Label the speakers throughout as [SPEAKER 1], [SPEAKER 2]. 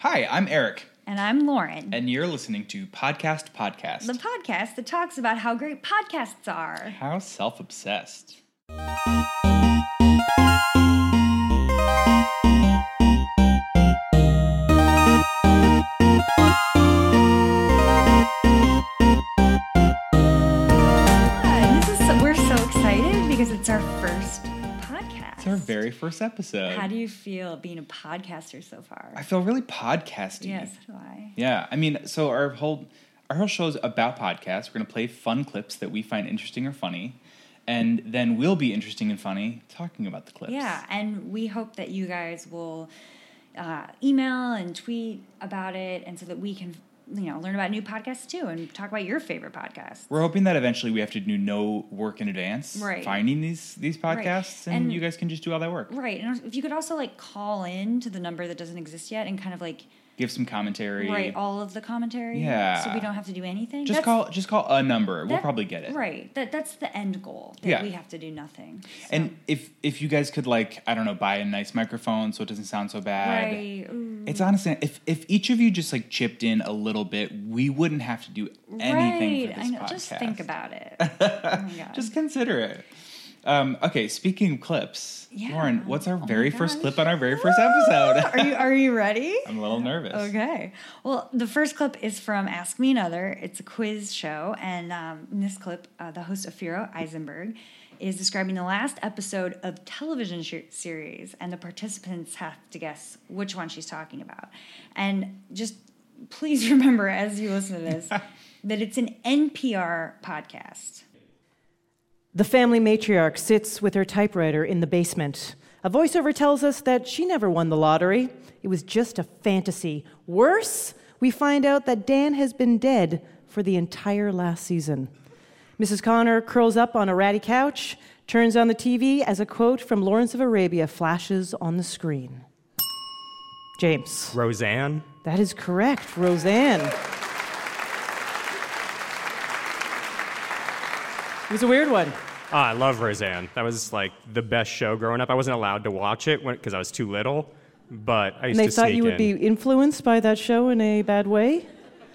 [SPEAKER 1] Hi, I'm Eric,
[SPEAKER 2] And I'm Lauren.
[SPEAKER 1] and you're listening to Podcast Podcast.
[SPEAKER 2] the podcast that talks about how great podcasts are.
[SPEAKER 1] How self obsessed.
[SPEAKER 2] And this is so, we're so excited because it's our first podcast.
[SPEAKER 1] It's our very first episode.
[SPEAKER 2] How do you feel being a podcaster so far?
[SPEAKER 1] I feel really podcasty.
[SPEAKER 2] yes, do I?
[SPEAKER 1] Yeah. I mean, so our whole our whole show is about podcasts. We're gonna play fun clips that we find interesting or funny, and then we'll be interesting and funny talking about the clips.
[SPEAKER 2] Yeah, and we hope that you guys will uh, email and tweet about it, and so that we can, you know, learn about new podcasts too, and talk about your favorite podcast.
[SPEAKER 1] We're hoping that eventually we have to do no work in advance,
[SPEAKER 2] Right.
[SPEAKER 1] finding these these podcasts, and,
[SPEAKER 2] And-
[SPEAKER 1] you guys can just do all that work.
[SPEAKER 2] Right, and if you could also like call in to the number that doesn't exist yet, and kind of like
[SPEAKER 1] Give some commentary.
[SPEAKER 2] Right, all of the commentary.
[SPEAKER 1] Yeah.
[SPEAKER 2] So we don't have to do anything.
[SPEAKER 1] just
[SPEAKER 2] That's-
[SPEAKER 1] call just call a number. we'll
[SPEAKER 2] that-
[SPEAKER 1] probably get it.
[SPEAKER 2] Right. That that's the end goal. That
[SPEAKER 1] Yeah.
[SPEAKER 2] we have to do nothing. So-
[SPEAKER 1] And if if you guys could like I don't know buy a nice microphone so it doesn't sound so bad.
[SPEAKER 2] right. ooh,
[SPEAKER 1] It's honestly if if each of you just like chipped in a little bit, we wouldn't have to do anything
[SPEAKER 2] right.
[SPEAKER 1] for this
[SPEAKER 2] I know.
[SPEAKER 1] podcast.
[SPEAKER 2] Just think about it. oh my god.
[SPEAKER 1] Just consider it. Um, okay, speaking of clips,
[SPEAKER 2] Yeah.
[SPEAKER 1] Lauren, what's our
[SPEAKER 2] Oh my
[SPEAKER 1] very first
[SPEAKER 2] gosh.
[SPEAKER 1] clip on our very first episode?
[SPEAKER 2] are you are you ready?
[SPEAKER 1] I'm a little nervous.
[SPEAKER 2] Okay. Well, the first clip is from Ask Me Another. It's a quiz show, and um, in this clip, uh, the host Ophiro Eisenberg is describing the last episode of television sh- series, and the participants have to guess which one she's talking about. And just please remember, as you listen to this, that it's an NPR podcast.
[SPEAKER 3] The family matriarch sits with her typewriter in the basement. A voiceover tells us that she never won the lottery. It was just a fantasy. Worse, we find out that Dan has been dead for the entire last season. Mrs. Connor curls up on a ratty couch, turns on the TV as a quote from Lawrence of Arabia flashes on the screen. James.
[SPEAKER 4] Roseanne?
[SPEAKER 3] That is correct, Roseanne. It was a weird one.
[SPEAKER 4] Ah, I love Roseanne. That was like the best show growing up. I wasn't allowed to watch it because I was too little, but I used
[SPEAKER 3] And they
[SPEAKER 4] to
[SPEAKER 3] thought
[SPEAKER 4] sneak
[SPEAKER 3] you would
[SPEAKER 4] in.
[SPEAKER 3] be influenced by that show in a bad way?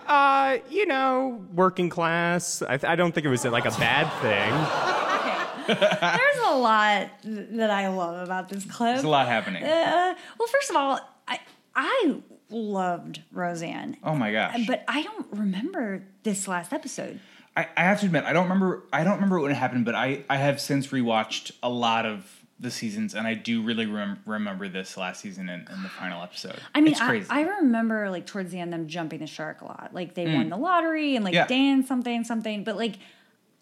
[SPEAKER 4] uh, you know, working class. I, th- I don't think it was like a bad thing.
[SPEAKER 2] There's a lot th- that I love about this clip.
[SPEAKER 1] There's a lot happening.
[SPEAKER 2] Uh, well, first of all, I I loved Roseanne.
[SPEAKER 1] oh my gosh.
[SPEAKER 2] But I don't remember this last episode.
[SPEAKER 1] I, I have to admit, I don't remember. I don't remember when it happened, but I, I have since rewatched a lot of the seasons, and I do really rem- remember this last season and, and the final episode.
[SPEAKER 2] I mean,
[SPEAKER 1] it's
[SPEAKER 2] I,
[SPEAKER 1] crazy.
[SPEAKER 2] I remember like towards the end them jumping the shark a lot. Like they won the lottery and like
[SPEAKER 1] Mm. Yeah.
[SPEAKER 2] Dan something something. But like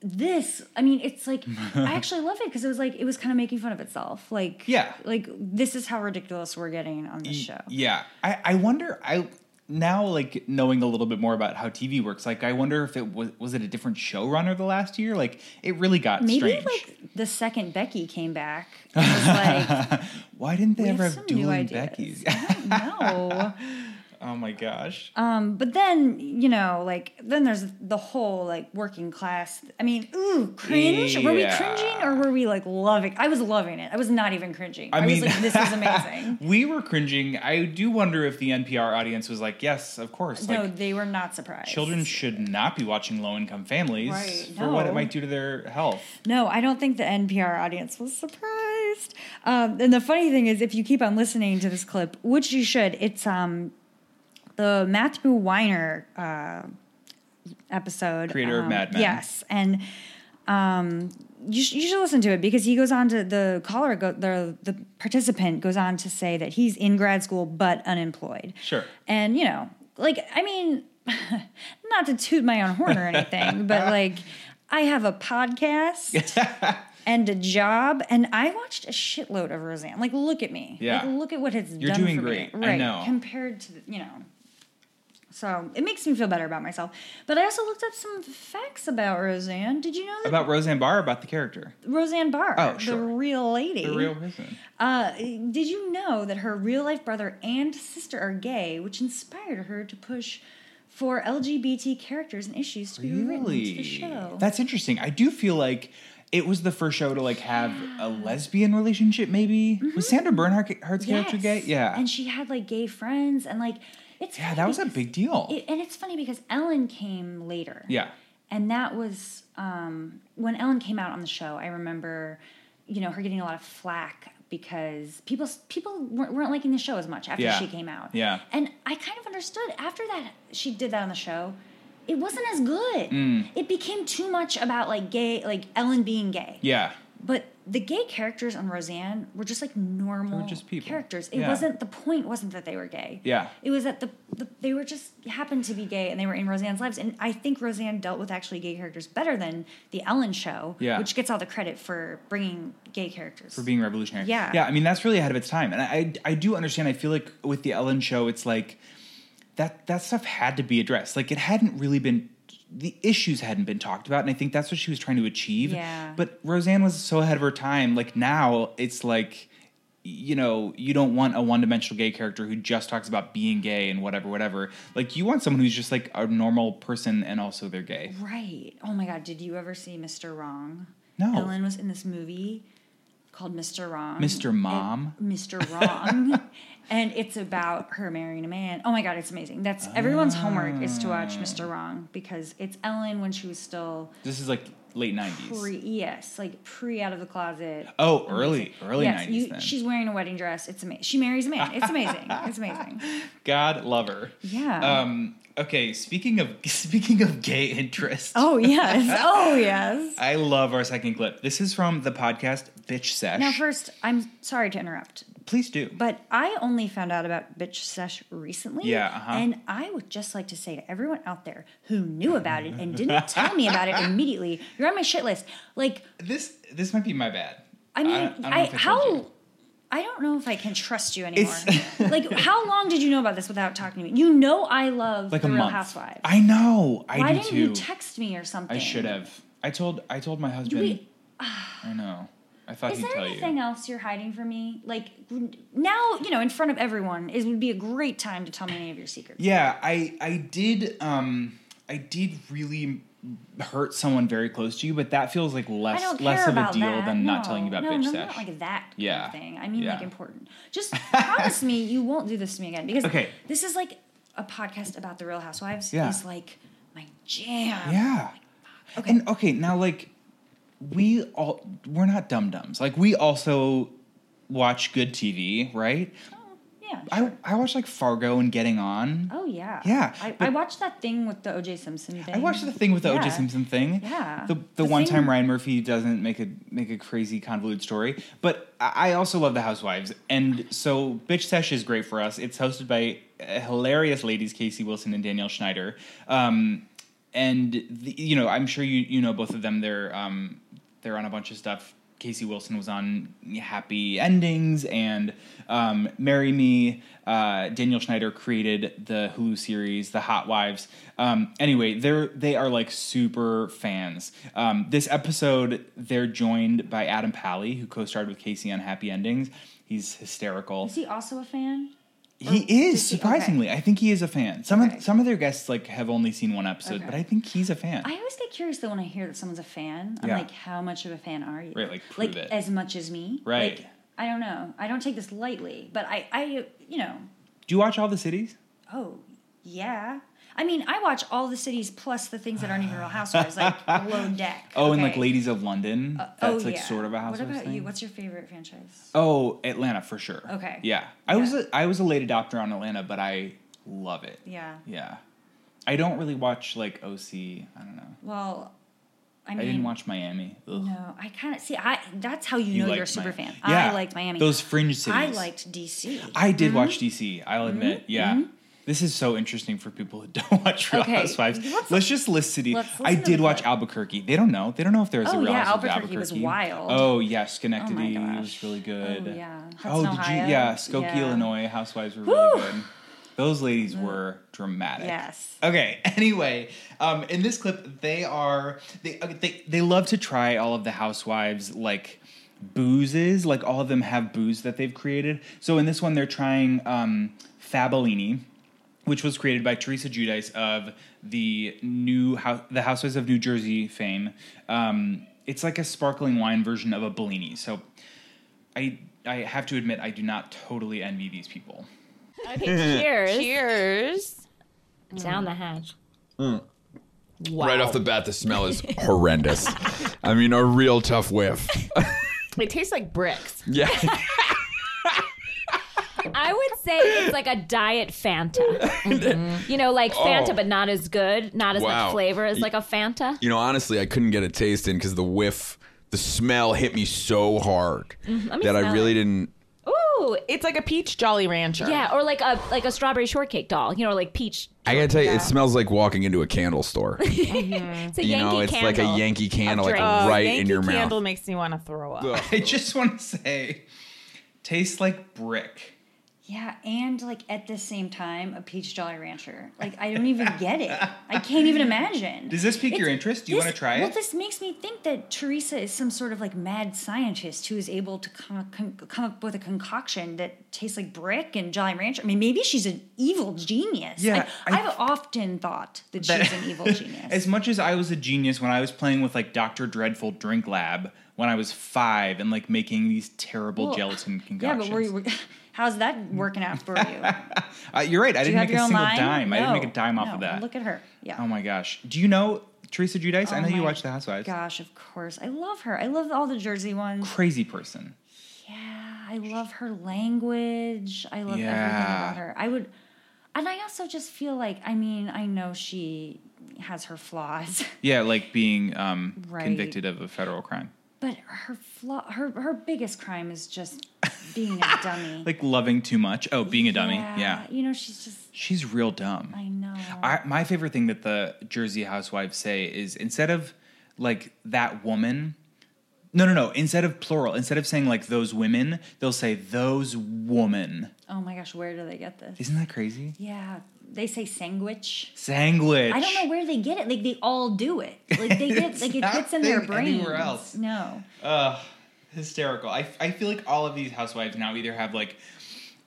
[SPEAKER 2] this, I mean, it's like I actually love it because it was like it was kind of making fun of itself. Like
[SPEAKER 1] Yeah.
[SPEAKER 2] like this is how ridiculous we're getting on this show.
[SPEAKER 1] yeah, I, I wonder. I now like knowing a little bit more about how TV works. Like, I wonder if it was was it a different showrunner the last year? Like, it really got
[SPEAKER 2] Maybe
[SPEAKER 1] strange.
[SPEAKER 2] like the second Becky came back, it was like
[SPEAKER 1] Why didn't they
[SPEAKER 2] we have
[SPEAKER 1] ever
[SPEAKER 2] some
[SPEAKER 1] have
[SPEAKER 2] new
[SPEAKER 1] dueling
[SPEAKER 2] ideas.
[SPEAKER 1] Becky's?
[SPEAKER 2] no.
[SPEAKER 1] oh my gosh.
[SPEAKER 2] Uh, Um, But then, you know, like then there's the whole like working class. I mean, ooh, cringe. Were we
[SPEAKER 1] Yeah.
[SPEAKER 2] cringing or were we like loving? I was loving it. I was not even cringing. I,
[SPEAKER 1] mean-
[SPEAKER 2] was like, this is amazing.
[SPEAKER 1] we were cringing. I do wonder if the NPR audience was like, yes, of course.
[SPEAKER 2] no,
[SPEAKER 1] like,
[SPEAKER 2] they were not surprised.
[SPEAKER 1] Children should not be watching low income families
[SPEAKER 2] Right,
[SPEAKER 1] for what it
[SPEAKER 2] no.
[SPEAKER 1] might do to their health.
[SPEAKER 2] No, I don't think the NPR audience was surprised. Um, and the funny thing is, if you keep on listening to this clip, which you should, it's um the Matthew Weiner uh, episode,
[SPEAKER 1] Creator of
[SPEAKER 2] um,
[SPEAKER 1] Mad Men.
[SPEAKER 2] Yes, and um, you, sh- you should listen to it because he goes on to the caller, go- the the participant goes on to say that he's in grad school but unemployed.
[SPEAKER 1] Sure.
[SPEAKER 2] And you know, like I mean, not to toot my own horn or anything, but like I have a podcast and a job, and I watched a shitload of Roseanne. Like, look at me.
[SPEAKER 1] Yeah.
[SPEAKER 2] Like, look at what it's
[SPEAKER 1] You're
[SPEAKER 2] done
[SPEAKER 1] doing
[SPEAKER 2] for
[SPEAKER 1] great. I
[SPEAKER 2] me. Right.
[SPEAKER 1] know.
[SPEAKER 2] Compared to the- you know. So it makes me feel better about myself. But I also looked up some facts about Roseanne. Did you know that
[SPEAKER 1] About Roseanne Barr, about the character,
[SPEAKER 2] Roseanne Barr,
[SPEAKER 1] Oh,
[SPEAKER 2] the
[SPEAKER 1] sure.
[SPEAKER 2] real lady,
[SPEAKER 1] the real person.
[SPEAKER 2] uh, did you know that her real life brother and sister are gay, which inspired her to push for LGBT characters and issues to be written into the show?
[SPEAKER 1] That's interesting. I do feel like it was the first show to like have a lesbian relationship. Maybe was Sandra Bernhardt's character gay?
[SPEAKER 2] Mm-hmm. Yes.
[SPEAKER 1] Yeah,
[SPEAKER 2] And she had like gay friends and like It's
[SPEAKER 1] Yeah, that was a
[SPEAKER 2] funny.
[SPEAKER 1] big deal.
[SPEAKER 2] It, and it's funny because Ellen came later.
[SPEAKER 1] Yeah.
[SPEAKER 2] And that was um, when Ellen came out on the show. I remember, you know, her getting a lot of flack because people people weren't, weren't liking the show as much after
[SPEAKER 1] Yeah.
[SPEAKER 2] she came out.
[SPEAKER 1] Yeah.
[SPEAKER 2] And I kind of understood after that she did that on the show. It wasn't as good.
[SPEAKER 1] Mm.
[SPEAKER 2] It became too much about like gay, like Ellen being gay.
[SPEAKER 1] Yeah.
[SPEAKER 2] But the gay characters on Roseanne were just like normal
[SPEAKER 1] just people.
[SPEAKER 2] characters. It
[SPEAKER 1] Yeah.
[SPEAKER 2] wasn't the point wasn't that they were gay.
[SPEAKER 1] Yeah.
[SPEAKER 2] It was that the, the they were just happened to be gay and they were in Roseanne's lives. And I think Roseanne dealt with actually gay characters better than the Ellen show,
[SPEAKER 1] Yeah.
[SPEAKER 2] which gets all the credit for bringing gay characters.
[SPEAKER 1] for being revolutionary.
[SPEAKER 2] Yeah.
[SPEAKER 1] yeah. I mean, that's really ahead of its time, and I, I, I do understand. I feel like with the Ellen show, it's like that that stuff had to be addressed. Like it hadn't really been the issues hadn't been talked about, and I think that's what she was trying to achieve.
[SPEAKER 2] Yeah.
[SPEAKER 1] But Roseanne was so ahead of her time. Like now, it's like you know you don't want a one-dimensional gay character who just talks about being gay and whatever whatever like you want someone who's just like a normal person and also they're gay
[SPEAKER 2] right. Oh my god, did you ever see Mr. Wrong?
[SPEAKER 1] No.
[SPEAKER 2] Ellen was in this movie called Mr. Wrong.
[SPEAKER 1] Mr. Mom?
[SPEAKER 2] It- Mr. Wrong. and it's about her marrying a man. Oh my god, it's amazing. That's everyone's homework is to
[SPEAKER 1] Ah.
[SPEAKER 2] watch Mr. Wrong because it's Ellen when she was still
[SPEAKER 1] this is like late 90s
[SPEAKER 2] pre yes, like pre out of the closet.
[SPEAKER 1] oh early early
[SPEAKER 2] yes,
[SPEAKER 1] 90s
[SPEAKER 2] you,
[SPEAKER 1] then
[SPEAKER 2] she's wearing a wedding dress. It's amazing. She marries a man. It's amazing. it's amazing.
[SPEAKER 1] God love her.
[SPEAKER 2] Yeah.
[SPEAKER 1] Um, okay. Speaking of speaking of gay interests,
[SPEAKER 2] Oh yes. Oh yes.
[SPEAKER 1] I love our second clip. This is from the podcast Bitch Sesh.
[SPEAKER 2] Now, first, I'm sorry to interrupt,
[SPEAKER 1] Please do.
[SPEAKER 2] but I only found out about Bitch Sesh recently.
[SPEAKER 1] Yeah, uh-huh.
[SPEAKER 2] And I would just like to say to everyone out there who knew about it and didn't tell me about it immediately, you're on my shit list. Like,
[SPEAKER 1] this this might be my bad.
[SPEAKER 2] I mean,
[SPEAKER 1] don't- don't know
[SPEAKER 2] I,
[SPEAKER 1] if told
[SPEAKER 2] how.
[SPEAKER 1] you.
[SPEAKER 2] I don't know if I can trust you anymore. like, how long did you know about this without talking to me? You know, I love
[SPEAKER 1] like
[SPEAKER 2] the
[SPEAKER 1] a
[SPEAKER 2] Real
[SPEAKER 1] month.
[SPEAKER 2] Housewives.
[SPEAKER 1] I know. I
[SPEAKER 2] Why
[SPEAKER 1] do
[SPEAKER 2] didn't
[SPEAKER 1] too.
[SPEAKER 2] you text me or something?
[SPEAKER 1] I should have. I told I told my husband.
[SPEAKER 2] we-
[SPEAKER 1] I know. I thought
[SPEAKER 2] Is
[SPEAKER 1] he'd
[SPEAKER 2] there
[SPEAKER 1] tell
[SPEAKER 2] anything
[SPEAKER 1] you.
[SPEAKER 2] else you're hiding from me? Like now, you know, in front of everyone, it would be a great time to tell me any of your secrets.
[SPEAKER 1] Yeah, I I did um I did really hurt someone very close to you, but that feels like
[SPEAKER 2] I
[SPEAKER 1] less
[SPEAKER 2] don't care
[SPEAKER 1] less of a
[SPEAKER 2] about
[SPEAKER 1] deal
[SPEAKER 2] that.
[SPEAKER 1] than
[SPEAKER 2] No,
[SPEAKER 1] not telling you about
[SPEAKER 2] no,
[SPEAKER 1] Bitch
[SPEAKER 2] no,
[SPEAKER 1] Sesh.
[SPEAKER 2] not like that kind
[SPEAKER 1] Yeah.
[SPEAKER 2] of thing. I mean, like
[SPEAKER 1] Yeah.
[SPEAKER 2] important. Just promise me you won't do this to me again because
[SPEAKER 1] Okay.
[SPEAKER 2] this is like a podcast about the Real Housewives.
[SPEAKER 1] Yeah.
[SPEAKER 2] is like my jam.
[SPEAKER 1] Yeah.
[SPEAKER 2] Okay.
[SPEAKER 1] And okay, now like we all we're not dum dums. Like we also watch good TV, right?
[SPEAKER 2] Oh, yeah.
[SPEAKER 1] I I watch like Fargo and Getting On.
[SPEAKER 2] oh yeah.
[SPEAKER 1] Yeah,
[SPEAKER 2] I, I
[SPEAKER 1] but-
[SPEAKER 2] watched that thing with the O.J. Simpson thing.
[SPEAKER 1] I watched the thing with the
[SPEAKER 2] Yeah.
[SPEAKER 1] O.J. Simpson thing.
[SPEAKER 2] Yeah.
[SPEAKER 1] The the,
[SPEAKER 2] The
[SPEAKER 1] one
[SPEAKER 2] thing-
[SPEAKER 1] time Ryan Murphy doesn't make a make a crazy convoluted story. But I I also love The Housewives, and so Bitch Sesh is great for us. It's hosted by uh, hilarious ladies Casey Wilson and Danielle Schneider. Um, and the, you know, I'm sure you you know both of them. They're um they're on a bunch of stuff. Casey Wilson was on Happy Endings and um, Marry Me. Uh, Daniel Schneider created the Hulu series, The Hot Wives. Um, anyway, they're they are like super fans. Um, this episode, they're joined by Adam Pally, who co-starred with Casey on Happy Endings. He's hysterical.
[SPEAKER 2] Is he also a fan?
[SPEAKER 1] He is
[SPEAKER 2] Oh, he-
[SPEAKER 1] surprisingly. I think he is a fan. Some
[SPEAKER 2] Okay.
[SPEAKER 1] of some of their guests like have only seen one episode,
[SPEAKER 2] Okay.
[SPEAKER 1] but I think he's a fan.
[SPEAKER 2] I always get curious though when I hear that someone's a fan. I'm
[SPEAKER 1] Yeah.
[SPEAKER 2] like, how much of a fan are you?
[SPEAKER 1] Right, like, prove it.
[SPEAKER 2] as much as me.
[SPEAKER 1] Right.
[SPEAKER 2] Like, I don't know. I don't take this lightly, but I, I, you know,
[SPEAKER 1] Do you watch all the cities?
[SPEAKER 2] oh yeah. I mean, I watch all the cities plus the things that aren't even Real Housewives, like Below Deck.
[SPEAKER 1] Oh, and like
[SPEAKER 2] okay?
[SPEAKER 1] Ladies of London.
[SPEAKER 2] Oh,
[SPEAKER 1] That's like
[SPEAKER 2] yeah.
[SPEAKER 1] sort of a Housewives
[SPEAKER 2] What about
[SPEAKER 1] thing.
[SPEAKER 2] you? What's your favorite franchise?
[SPEAKER 1] oh, Atlanta for sure.
[SPEAKER 2] Okay.
[SPEAKER 1] Yeah, I was
[SPEAKER 2] Yeah.
[SPEAKER 1] a, I was a late adopter on Atlanta, but I love it.
[SPEAKER 2] Yeah.
[SPEAKER 1] Yeah, I don't really watch like OC. I don't know.
[SPEAKER 2] Well, I
[SPEAKER 1] I,
[SPEAKER 2] mean,
[SPEAKER 1] didn't watch Miami. Ugh.
[SPEAKER 2] Mm. No, I kind of see. I that's how you, know you're a
[SPEAKER 1] liked
[SPEAKER 2] super
[SPEAKER 1] Miami.
[SPEAKER 2] fan. I
[SPEAKER 1] Yeah.
[SPEAKER 2] liked Miami.
[SPEAKER 1] Those fringe cities.
[SPEAKER 2] I liked DC.
[SPEAKER 1] I did
[SPEAKER 2] Mm-hmm.
[SPEAKER 1] watch DC. I'll admit. Yeah. This is so interesting for people who don't watch Real
[SPEAKER 2] Okay,
[SPEAKER 1] Housewives.
[SPEAKER 2] let's-
[SPEAKER 1] Let's, just list city.
[SPEAKER 2] let's
[SPEAKER 1] I
[SPEAKER 2] listen to
[SPEAKER 1] did
[SPEAKER 2] the
[SPEAKER 1] watch
[SPEAKER 2] clip.
[SPEAKER 1] Albuquerque. They don't know. They don't know if there was a
[SPEAKER 2] Oh,
[SPEAKER 1] Real
[SPEAKER 2] yeah,
[SPEAKER 1] Housewives of
[SPEAKER 2] Albuquerque was wild.
[SPEAKER 1] Oh yeah, Schenectady
[SPEAKER 2] Oh, my gosh.
[SPEAKER 1] was really good.
[SPEAKER 2] Oh, yeah. Hudson,
[SPEAKER 1] Oh, did
[SPEAKER 2] Ohio.
[SPEAKER 1] you? Yeah, Skokie,
[SPEAKER 2] Yeah.
[SPEAKER 1] Illinois Housewives were
[SPEAKER 2] Whew. Mm.
[SPEAKER 1] really good. Those ladies were dramatic.
[SPEAKER 2] Yes.
[SPEAKER 1] Okay. Anyway, um, in this clip, they are they okay, they they love to try all of the housewives like boozes. Like all of them have booze that they've created. So in this one, they're trying um, Fabellini, which was created by Teresa Judice of the new house, the Housewives of New Jersey fame. Um, it's like a sparkling wine version of a Bellini. So I I have to admit I do not totally envy these people.
[SPEAKER 5] Okay, cheers.
[SPEAKER 6] Cheers.
[SPEAKER 5] Down the hatch.
[SPEAKER 7] Right off the bat, the smell is horrendous. I mean, a real tough whiff.
[SPEAKER 6] It tastes like bricks.
[SPEAKER 7] Yeah.
[SPEAKER 5] I would say it's like a diet Fanta. You know, like Fanta,
[SPEAKER 7] Oh.
[SPEAKER 5] but not as good, not as
[SPEAKER 7] Wow.
[SPEAKER 5] much flavor as like a Fanta.
[SPEAKER 7] You know, honestly, I couldn't get a taste in because the whiff, the smell hit me so hard
[SPEAKER 5] Mm-hmm. me
[SPEAKER 7] that I
[SPEAKER 5] smell
[SPEAKER 7] really
[SPEAKER 5] it.
[SPEAKER 7] didn't.
[SPEAKER 5] Ooh,
[SPEAKER 6] It's like a peach Jolly Rancher.
[SPEAKER 5] yeah, or like a like a strawberry shortcake doll. You know, like peach.
[SPEAKER 7] I gotta tell you, it smells like walking into a candle store. you
[SPEAKER 5] It's a
[SPEAKER 7] know,
[SPEAKER 5] Yankee
[SPEAKER 7] it's
[SPEAKER 5] candle.
[SPEAKER 7] like a Yankee candle, like
[SPEAKER 5] drink.
[SPEAKER 6] Oh,
[SPEAKER 7] right
[SPEAKER 6] Yankee
[SPEAKER 7] in your
[SPEAKER 6] candle
[SPEAKER 7] mouth.
[SPEAKER 6] makes me want to throw up.
[SPEAKER 1] I just want to say, tastes like brick.
[SPEAKER 2] Yeah, and like at the same time, a peach Jolly Rancher. Like I don't even get it. I can't even imagine.
[SPEAKER 1] Does this pique your interest? Do you
[SPEAKER 2] This-
[SPEAKER 1] want to try
[SPEAKER 2] Well,
[SPEAKER 1] it?
[SPEAKER 2] this makes me think that Teresa is some sort of like mad scientist who is able to con- con- come up with a concoction that tastes like brick and Jolly Rancher. I mean, maybe she's an evil genius.
[SPEAKER 1] Yeah,
[SPEAKER 2] I,
[SPEAKER 1] I-
[SPEAKER 2] have often thought that,
[SPEAKER 1] That-
[SPEAKER 2] she's an evil genius.
[SPEAKER 1] As much as I was a genius when I was playing with like Dr. Dreadful Drink Lab when I was five and like making these terrible
[SPEAKER 2] Well,
[SPEAKER 1] gelatin
[SPEAKER 2] yeah,
[SPEAKER 1] concoctions.
[SPEAKER 2] but were you, were- how's that working out for you?
[SPEAKER 1] Uh, you're right. I
[SPEAKER 2] Do
[SPEAKER 1] didn't
[SPEAKER 2] you have
[SPEAKER 1] make a
[SPEAKER 2] your own
[SPEAKER 1] single
[SPEAKER 2] line?
[SPEAKER 1] dime. I didn't make a
[SPEAKER 2] No,
[SPEAKER 1] dime off
[SPEAKER 2] no,
[SPEAKER 1] of that.
[SPEAKER 2] Look at Oh her. Yeah.
[SPEAKER 1] Oh my gosh. Do you know Teresa Judice? I know you watch The Housewives.
[SPEAKER 2] Gosh, of course. I love her. I love all the Jersey ones.
[SPEAKER 1] Crazy person.
[SPEAKER 2] I love her language. I love everything
[SPEAKER 1] Yeah.
[SPEAKER 2] about her. I would, and I also just feel like I mean I know she has her flaws,
[SPEAKER 1] Yeah, like being um,
[SPEAKER 2] Right.
[SPEAKER 1] convicted of a federal crime.
[SPEAKER 2] but her flaw her her biggest crime is just being a dummy.
[SPEAKER 1] Like loving too much. Oh, being a dummy. Yeah.
[SPEAKER 2] you know she's just
[SPEAKER 1] She's real dumb.
[SPEAKER 2] I know.
[SPEAKER 1] I, my favorite thing that the Jersey housewives say is instead of like that woman, no, no, no, instead of plural, instead of saying like those women, they'll say those woman.
[SPEAKER 2] oh my gosh, where do they get this?
[SPEAKER 1] Isn't that crazy?
[SPEAKER 2] Yeah, they say sandwich.
[SPEAKER 1] Sandwich.
[SPEAKER 2] I don't know where they get it. Like they all do it. Like they get like it
[SPEAKER 1] not
[SPEAKER 2] gets in their
[SPEAKER 1] thing
[SPEAKER 2] brain.
[SPEAKER 1] anywhere else.
[SPEAKER 2] No.
[SPEAKER 1] hysterical. I, I feel like all of these housewives now either have like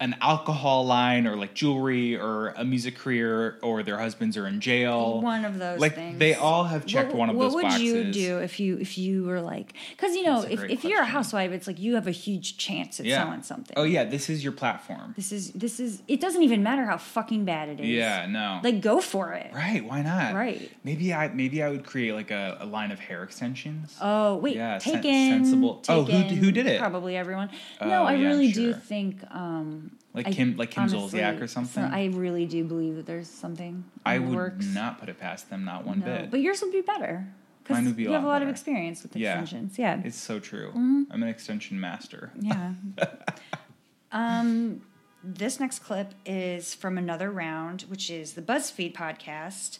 [SPEAKER 1] an alcohol line or like jewelry or a music career or their husbands are in jail.
[SPEAKER 2] One of those
[SPEAKER 1] like,
[SPEAKER 2] things.
[SPEAKER 1] They all have checked
[SPEAKER 2] what,
[SPEAKER 1] one of
[SPEAKER 2] what
[SPEAKER 1] those
[SPEAKER 2] would
[SPEAKER 1] boxes.
[SPEAKER 2] you do if you if you were like because you know
[SPEAKER 1] That's a
[SPEAKER 2] if,
[SPEAKER 1] great
[SPEAKER 2] if you're a
[SPEAKER 1] question.
[SPEAKER 2] housewife it's like you have a huge chance at
[SPEAKER 1] Yeah.
[SPEAKER 2] selling something
[SPEAKER 1] Oh yeah, this is your platform.
[SPEAKER 2] this is this is it doesn't even matter how fucking bad it is
[SPEAKER 1] Yeah, no.
[SPEAKER 2] like go for it
[SPEAKER 1] Right, why not?
[SPEAKER 2] Right.
[SPEAKER 1] Maybe I maybe I would create like a, a line of hair extensions.
[SPEAKER 2] oh wait
[SPEAKER 1] Yeah, sen-
[SPEAKER 2] taken
[SPEAKER 1] sensible- Oh, who-
[SPEAKER 2] Taken,
[SPEAKER 1] who did it?
[SPEAKER 2] probably everyone
[SPEAKER 1] Oh,
[SPEAKER 2] no I
[SPEAKER 1] yeah,
[SPEAKER 2] really do
[SPEAKER 1] sure.
[SPEAKER 2] think um
[SPEAKER 1] like
[SPEAKER 2] I-
[SPEAKER 1] Kim like Kim
[SPEAKER 2] honestly,
[SPEAKER 1] Zolciak or something.
[SPEAKER 2] I really do believe that there's something
[SPEAKER 1] I
[SPEAKER 2] in the
[SPEAKER 1] would
[SPEAKER 2] works.
[SPEAKER 1] not put it past them, not one
[SPEAKER 2] No,
[SPEAKER 1] bit.
[SPEAKER 2] but yours would be better because
[SPEAKER 1] Mine would be a
[SPEAKER 2] you have a
[SPEAKER 1] lot
[SPEAKER 2] lot
[SPEAKER 1] better.
[SPEAKER 2] of experience with
[SPEAKER 1] Yeah.
[SPEAKER 2] extensions. Yeah,
[SPEAKER 1] it's so true. I'm an extension master.
[SPEAKER 2] Mm-hmm. yeah. um, this next clip is from another round, which is the BuzzFeed podcast,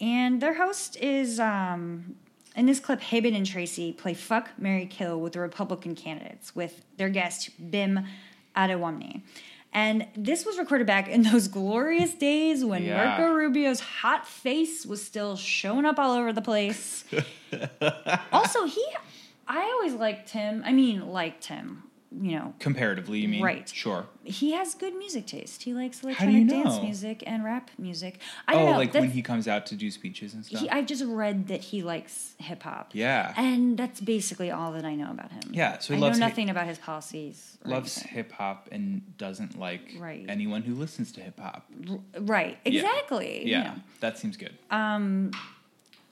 [SPEAKER 2] and their host is. Um, in this clip, Haben and Tracy play "Fuck Mary Kill" with the Republican candidates, with their guest Bim Adewamne. And this was recorded back in those glorious days when
[SPEAKER 1] Yeah.
[SPEAKER 2] Marco Rubio's hot face was still showing up all over the place. also, he, I always liked him. I mean, liked him. You know,
[SPEAKER 1] Comparatively, you mean?
[SPEAKER 2] Right.
[SPEAKER 1] Sure.
[SPEAKER 2] he has good music taste. He likes
[SPEAKER 1] do you
[SPEAKER 2] electronic dance
[SPEAKER 1] know?
[SPEAKER 2] music and rap music. I
[SPEAKER 1] Oh,
[SPEAKER 2] don't know.
[SPEAKER 1] like when
[SPEAKER 2] that's-
[SPEAKER 1] he comes out to do speeches and stuff.
[SPEAKER 2] he, I've just read that he likes hip hop.
[SPEAKER 1] Yeah.
[SPEAKER 2] and that's basically all that I know about him.
[SPEAKER 1] Yeah, so he
[SPEAKER 2] I
[SPEAKER 1] loves
[SPEAKER 2] know
[SPEAKER 1] hi-
[SPEAKER 2] nothing about his policies. or
[SPEAKER 1] loves
[SPEAKER 2] anything.
[SPEAKER 1] hip hop and doesn't like
[SPEAKER 2] Right.
[SPEAKER 1] anyone who listens to hip hop.
[SPEAKER 2] right? Exactly.
[SPEAKER 1] Yeah,
[SPEAKER 2] You know.
[SPEAKER 1] that seems good.
[SPEAKER 2] Uh,